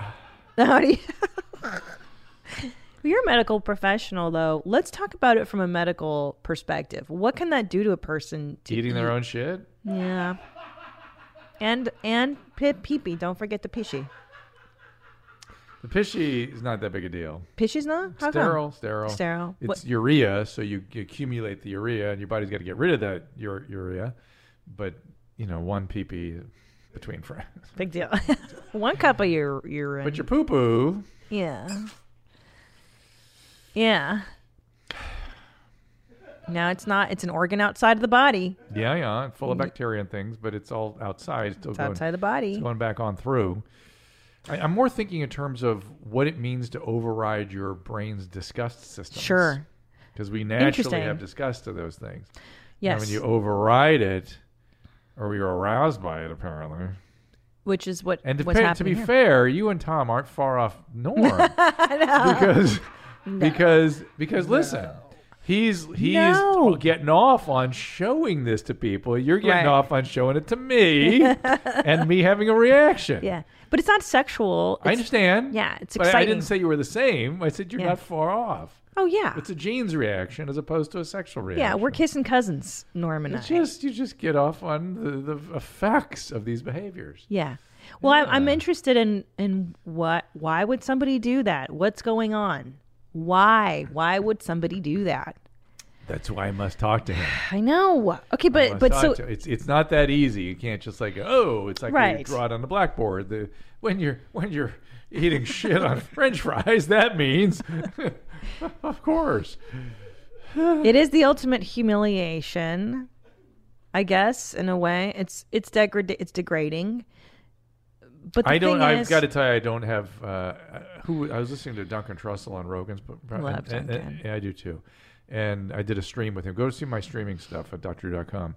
Speaker 3: [sighs] How do you? [laughs] You're a medical professional, though. Let's talk about it from a medical perspective. What can that do to a person? To
Speaker 2: eating their
Speaker 3: eat?
Speaker 2: own shit.
Speaker 3: Yeah. And and pee pee. Don't forget the pishy.
Speaker 2: The pishy is not that big a deal.
Speaker 3: Pishy's not How come?
Speaker 2: sterile, sterile,
Speaker 3: Sterile.
Speaker 2: It's
Speaker 3: What-
Speaker 2: urea, so you you accumulate the urea, and your body's got to get rid of that ur- urea. But you know, one pee between friends. [laughs]
Speaker 3: Big deal. [laughs] One cup of your urine.
Speaker 2: But your poo poo,
Speaker 3: Yeah. Yeah. Now it's not. It's an organ outside of the body.
Speaker 2: yeah, yeah, full of bacteria and things, but it's all outside. Still
Speaker 3: Mm. It's
Speaker 2: going,
Speaker 3: outside the body.
Speaker 2: It's going back on through. I, I'm more thinking in terms of what it means to override your brain's disgust system.
Speaker 3: Sure.
Speaker 2: Because we naturally
Speaker 3: Interesting.
Speaker 2: have disgust to those things. And when
Speaker 3: Yes.
Speaker 2: you override it, or you're aroused by it, apparently.
Speaker 3: Which is what
Speaker 2: And to,
Speaker 3: what's
Speaker 2: pa- to be
Speaker 3: happening here.
Speaker 2: fair, you and Tom aren't far off
Speaker 3: [laughs]
Speaker 2: norm
Speaker 3: No.
Speaker 2: because
Speaker 3: [laughs] No.
Speaker 2: because because listen, he's he's
Speaker 3: No.
Speaker 2: getting off on showing this to people. You're getting
Speaker 3: Right.
Speaker 2: off on showing it to
Speaker 3: [laughs]
Speaker 2: me and me having a reaction.
Speaker 3: Yeah, but it's not sexual.
Speaker 2: I
Speaker 3: It's-
Speaker 2: understand.
Speaker 3: Yeah, it's
Speaker 2: but I-
Speaker 3: exciting.
Speaker 2: I didn't say you were the same. I said you're
Speaker 3: Yeah.
Speaker 2: not far off.
Speaker 3: oh yeah,
Speaker 2: It's a genes reaction as opposed to a sexual reaction.
Speaker 3: yeah. We're kissing cousins, Norm and I.
Speaker 2: It's just you just get off on the, the effects of these behaviors.
Speaker 3: Yeah. Well, I'm, I'm interested in in what why would somebody do that? What's going on? Why? Why would somebody do that?
Speaker 2: That's why I must talk to him.
Speaker 3: I know. Okay, but but so
Speaker 2: Masato. it's it's not that easy. You can't just like oh, it's like you
Speaker 3: Right.
Speaker 2: draw it on the blackboard. The when you're when you're eating shit on [laughs] French fries, that means [laughs] of course.
Speaker 3: it is the ultimate humiliation, I guess, in a way. It's it's degrad it's degrading. But the
Speaker 2: I don't.
Speaker 3: Thing
Speaker 2: I've
Speaker 3: is,
Speaker 2: got to tell you, I don't have. Uh, who I was listening to Duncan Trussell on Rogan's, but
Speaker 3: Love
Speaker 2: and- and-
Speaker 3: Duncan.
Speaker 2: yeah, I do too. And I did a stream with him. Go see my streaming stuff at drdrew.com.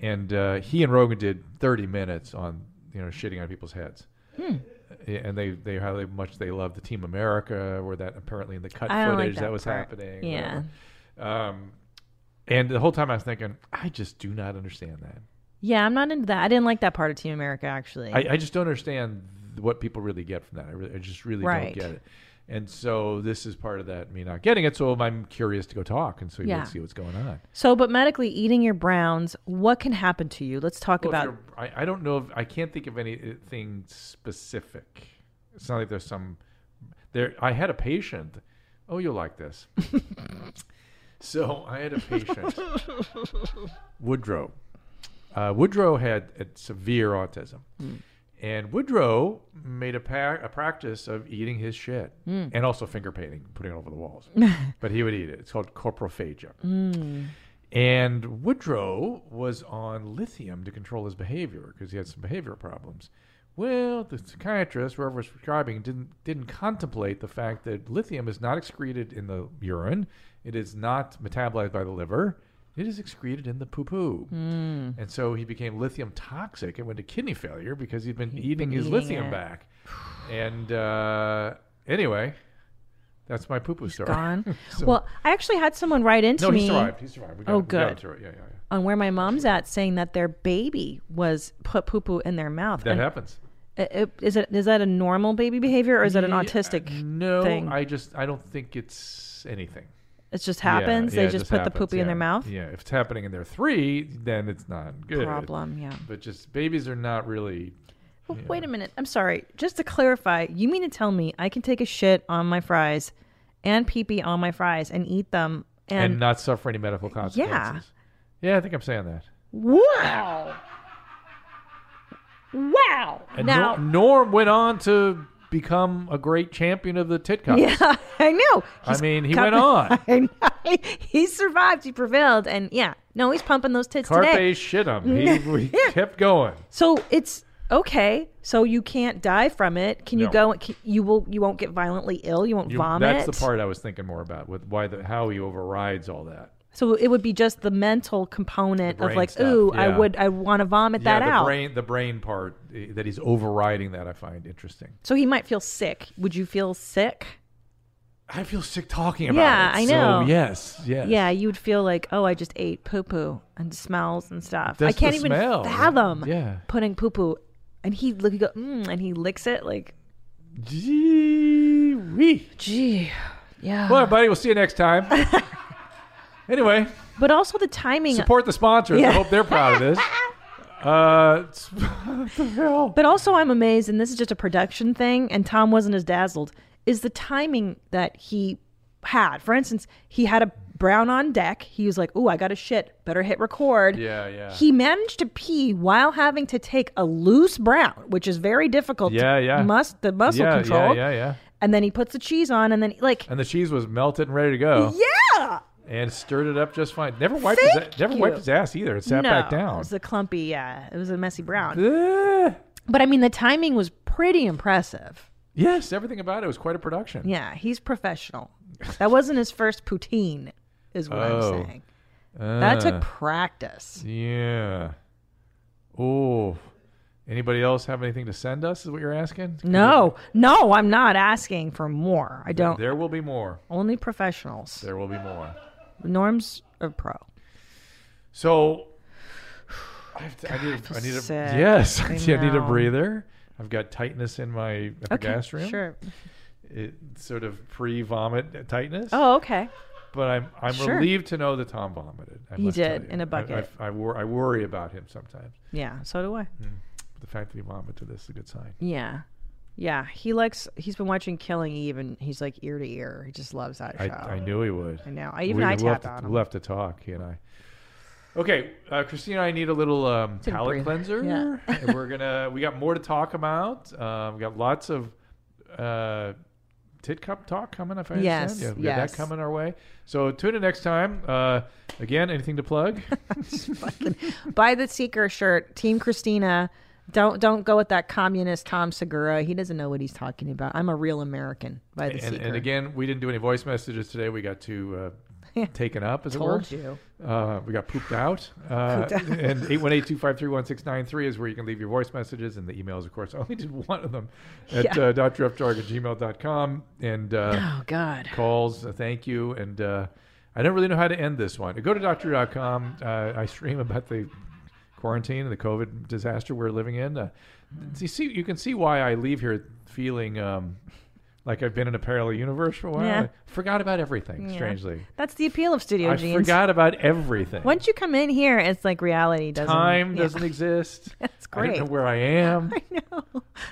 Speaker 2: And uh, he and Rogan did 30 minutes on you know shitting on people's heads.
Speaker 3: Hmm.
Speaker 2: Yeah, And they they how they- much they love the Team America, or that apparently in the cut
Speaker 3: I don't like
Speaker 2: footage
Speaker 3: that
Speaker 2: was
Speaker 3: part.
Speaker 2: happening.
Speaker 3: Yeah.
Speaker 2: whatever. Um, and the whole time I was thinking, I just do not understand that.
Speaker 3: Yeah, I'm not into that. I didn't like that part of Team America actually.
Speaker 2: I, I just don't understand th- what people really get from that. I, really, I just really
Speaker 3: Right.
Speaker 2: don't get it. And so this is part of that me not getting it. So I'm curious to go talk and so
Speaker 3: Yeah.
Speaker 2: you see what's going on.
Speaker 3: so, but medically eating your browns, what can happen to you? Let's talk
Speaker 2: Well, if
Speaker 3: about
Speaker 2: you're- I, I don't know. If, I can't think of anything specific. It's not like there's some. There, I had a patient. Oh, you'll like
Speaker 3: [laughs]
Speaker 2: this. so I had a patient,
Speaker 3: Hmm.
Speaker 2: Woodrow. Uh, Woodrow had, had severe autism, And Woodrow made a, par- a practice of eating his shit
Speaker 3: Mm.
Speaker 2: and also finger painting, putting it over the
Speaker 3: [laughs]
Speaker 2: walls. but he would eat it. It's called corprophagia.
Speaker 3: Mm.
Speaker 2: And Woodrow was on lithium to control his behavior because he had some behavioral problems. Well, the psychiatrist, whoever was prescribing, didn't didn't contemplate the fact that lithium is not excreted in the urine. It is not metabolized by the liver. It is excreted in the poo poo.
Speaker 3: Mm.
Speaker 2: And so he became lithium toxic and went to kidney failure because he'd been
Speaker 3: been
Speaker 2: eating his
Speaker 3: eating
Speaker 2: lithium
Speaker 3: it.
Speaker 2: back. And uh, anyway, that's my poo poo story.
Speaker 3: [laughs] gone.
Speaker 2: [laughs] So-
Speaker 3: well, I actually had someone write into
Speaker 2: No, he
Speaker 3: me.
Speaker 2: survived. He survived. We got-
Speaker 3: oh,
Speaker 2: we got him
Speaker 3: good.
Speaker 2: through it. Yeah, yeah, yeah.
Speaker 3: On where my mom's at, saying that their baby was put poo poo in their mouth.
Speaker 2: That
Speaker 3: And
Speaker 2: happens.
Speaker 3: i- i- Is it is that a normal baby behavior or is that an
Speaker 2: Ye- uh,
Speaker 3: autistic
Speaker 2: No,
Speaker 3: thing?
Speaker 2: I just I don't think it's anything.
Speaker 3: It just
Speaker 2: Yeah,
Speaker 3: happens? They
Speaker 2: yeah, it
Speaker 3: just put the
Speaker 2: happens,
Speaker 3: poopy in their
Speaker 2: yeah.
Speaker 3: mouth?
Speaker 2: Yeah, if it's happening and they're three, then it's not good.
Speaker 3: Problem, yeah.
Speaker 2: But just babies are not really.
Speaker 3: Well, Wait a minute. I'm sorry. Just to clarify, you mean to tell me I can take a shit on my fries and pee pee on my fries and eat them
Speaker 2: And,
Speaker 3: and,
Speaker 2: not suffer any medical consequences. Yeah. Yeah, I think I'm saying that.
Speaker 3: Wow. Wow.
Speaker 2: And
Speaker 3: now,
Speaker 2: Nor- Norm went on to become a great champion of the Titcock.
Speaker 3: [laughs] yeah, I know.
Speaker 2: I mean, he
Speaker 3: come-
Speaker 2: went on.
Speaker 3: [laughs] I know. [laughs] He survived. He prevailed. And yeah, no, he's pumping those
Speaker 2: [laughs]
Speaker 3: tits
Speaker 2: Carpe
Speaker 3: today.
Speaker 2: shitum. He,
Speaker 3: [laughs]
Speaker 2: we kept going.
Speaker 3: So it's okay. So you can't die from it. Can you
Speaker 2: No.
Speaker 3: go? Can, you will. You won't get violently ill. You won't
Speaker 2: You-
Speaker 3: vomit.
Speaker 2: That's the part I was thinking more about with why the how he overrides all that.
Speaker 3: So it would be just the mental component
Speaker 2: The
Speaker 3: of
Speaker 2: brain
Speaker 3: like,
Speaker 2: stuff,
Speaker 3: ooh, I
Speaker 2: yeah.
Speaker 3: would. I want to vomit
Speaker 2: yeah,
Speaker 3: that
Speaker 2: the
Speaker 3: out.
Speaker 2: brain the brain part eh, that he's overriding that I find interesting.
Speaker 3: So he might feel sick. Would you feel sick?
Speaker 2: I feel sick talking about
Speaker 3: yeah,
Speaker 2: it,
Speaker 3: I
Speaker 2: so
Speaker 3: know.
Speaker 2: yes, yes.
Speaker 3: Yeah, you would feel like, oh, I just ate poo poo and smells and stuff. I
Speaker 2: That's the
Speaker 3: can't even
Speaker 2: smell.
Speaker 3: fathom
Speaker 2: Yeah.
Speaker 3: putting poo poo. And he look, he go, mm, and he licks it like,
Speaker 2: gee wee,
Speaker 3: gee, yeah.
Speaker 2: Well, everybody, we'll see you next
Speaker 3: [laughs]
Speaker 2: time. anyway,
Speaker 3: but also the timing.
Speaker 2: support the sponsors.
Speaker 3: Yeah.
Speaker 2: I hope they're proud of
Speaker 3: [laughs]
Speaker 2: this. Uh, [laughs] it's-
Speaker 3: But also, I'm amazed, and this is just a production thing, and Tom wasn't as dazzled, is the timing that he had. For instance, he had a brown on deck. He was like, Ooh, I got a shit. Better hit record.
Speaker 2: Yeah, yeah.
Speaker 3: He managed to pee while having to take a loose brown, which is very difficult. to
Speaker 2: yeah, yeah.
Speaker 3: Must, the muscle
Speaker 2: yeah,
Speaker 3: control.
Speaker 2: Yeah, Uh, yeah, yeah.
Speaker 3: And then he puts the cheese on, and then, like,
Speaker 2: And the cheese was melted and ready to go,
Speaker 3: yeah.
Speaker 2: and stirred it up just fine. Never wiped his
Speaker 3: Thank
Speaker 2: his never
Speaker 3: you.
Speaker 2: wiped his ass either. It sat
Speaker 3: no,
Speaker 2: back down.
Speaker 3: It was a clumpy, yeah. It was a messy brown.
Speaker 2: Eh.
Speaker 3: but I mean, the timing was pretty impressive.
Speaker 2: Yes, everything about it was quite a production.
Speaker 3: Yeah, he's professional. That wasn't his first poutine, is what I'm
Speaker 2: Oh.
Speaker 3: saying. that
Speaker 2: Ah.
Speaker 3: took practice.
Speaker 2: Yeah. Oh. Anybody else have anything to send us? Is what you're asking? 'Cause
Speaker 3: No, no, I'm not asking for more.
Speaker 2: there-
Speaker 3: I don't.
Speaker 2: There will be more.
Speaker 3: Only professionals.
Speaker 2: There will be more.
Speaker 3: Norm's a pro.
Speaker 2: So I, have to, I need.
Speaker 3: feel
Speaker 2: I need a
Speaker 3: sick.
Speaker 2: yes. [laughs]
Speaker 3: I
Speaker 2: I, need a
Speaker 3: know.
Speaker 2: breather. I've got tightness in my epigastrium.
Speaker 3: sure.
Speaker 2: It sort of pre-vomit tightness.
Speaker 3: Oh, okay.
Speaker 2: But I'm I'm
Speaker 3: Sure.
Speaker 2: relieved to know that Tom vomited. I
Speaker 3: He
Speaker 2: must tell
Speaker 3: did,
Speaker 2: you.
Speaker 3: in a
Speaker 2: I-
Speaker 3: bucket.
Speaker 2: I, I, wor- I worry about him sometimes.
Speaker 3: Yeah, so do I.
Speaker 2: Mm. The fact that he vomited this is a good sign.
Speaker 3: Yeah. Yeah, he likes. He's been watching Killing Eve, and he's like ear to ear. He just loves that show.
Speaker 2: I, I knew he would.
Speaker 3: I know. I even I
Speaker 2: we'll have
Speaker 3: tapped
Speaker 2: to,
Speaker 3: on him.
Speaker 2: We'll have to talk, he and I. Okay, uh, Christina, I need a little um,
Speaker 3: Take a
Speaker 2: palate
Speaker 3: breather.
Speaker 2: cleanser.
Speaker 3: Yeah.
Speaker 2: [laughs] and we're gonna. We got more to talk about. Um, we got lots of uh, tit cup talk coming. If I
Speaker 3: Yes,
Speaker 2: understand, we got
Speaker 3: yes.
Speaker 2: that coming our way. So tune in next time. Uh, again, anything to
Speaker 3: [laughs]
Speaker 2: plug?
Speaker 3: Buy the Seeker shirt, Team Christina. Don't don't go with that communist Tom Segura. He doesn't know what he's talking about. I'm a real American. By the
Speaker 2: and,
Speaker 3: Seeker.
Speaker 2: and again, we didn't do any voice messages today. We got
Speaker 3: [laughs]
Speaker 2: too uh, taken up, as
Speaker 3: Told
Speaker 2: it were.
Speaker 3: you.
Speaker 2: Uh, we got pooped
Speaker 3: [laughs]
Speaker 2: out. Uh,
Speaker 3: Pooped out.
Speaker 2: and 818-253-1693 is where you can leave your voice messages. And the emails, of course, [laughs] I only did one of them at
Speaker 3: Yeah.
Speaker 2: uh, drfdark at gmail.com. And, uh,
Speaker 3: Oh, God.
Speaker 2: Calls, uh, thank you. And uh, I don't really know how to end this one. Go to drfdark.com. Uh, I stream about the quarantine and the COVID disaster we're living in. Uh, you, see, you can see why I leave here feeling... Um, like I've been in a parallel universe for a while.
Speaker 3: Yeah.
Speaker 2: I forgot about everything,
Speaker 3: Yeah.
Speaker 2: strangely.
Speaker 3: That's the appeal of Studio
Speaker 2: I
Speaker 3: Jeans.
Speaker 2: forgot about everything.
Speaker 3: Once you come in here, it's like reality doesn't.
Speaker 2: Time
Speaker 3: yeah. [laughs]
Speaker 2: doesn't exist.
Speaker 3: That's
Speaker 2: I don't know
Speaker 3: great.
Speaker 2: where I
Speaker 3: [laughs]
Speaker 2: am.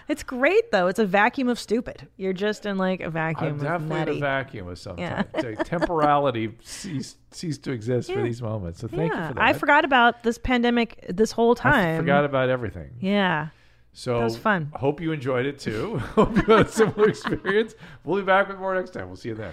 Speaker 3: It's great though. It's a vacuum of stupid. You're just in like a vacuum
Speaker 2: I'm
Speaker 3: of
Speaker 2: definitely
Speaker 3: nutty.
Speaker 2: in a vacuum of some
Speaker 3: Yeah.
Speaker 2: kind. So
Speaker 3: [laughs]
Speaker 2: Temporality ceased, ceased to exist for these moments. So thank
Speaker 3: yeah,
Speaker 2: you for that.
Speaker 3: I forgot about this pandemic this whole
Speaker 2: I f-
Speaker 3: time.
Speaker 2: forgot about everything.
Speaker 3: Yeah.
Speaker 17: So
Speaker 3: That was fun.
Speaker 17: Hope you enjoyed it
Speaker 2: [laughs]
Speaker 17: too. hope you had a similar experience. We'll be back with more next time. We'll see you then.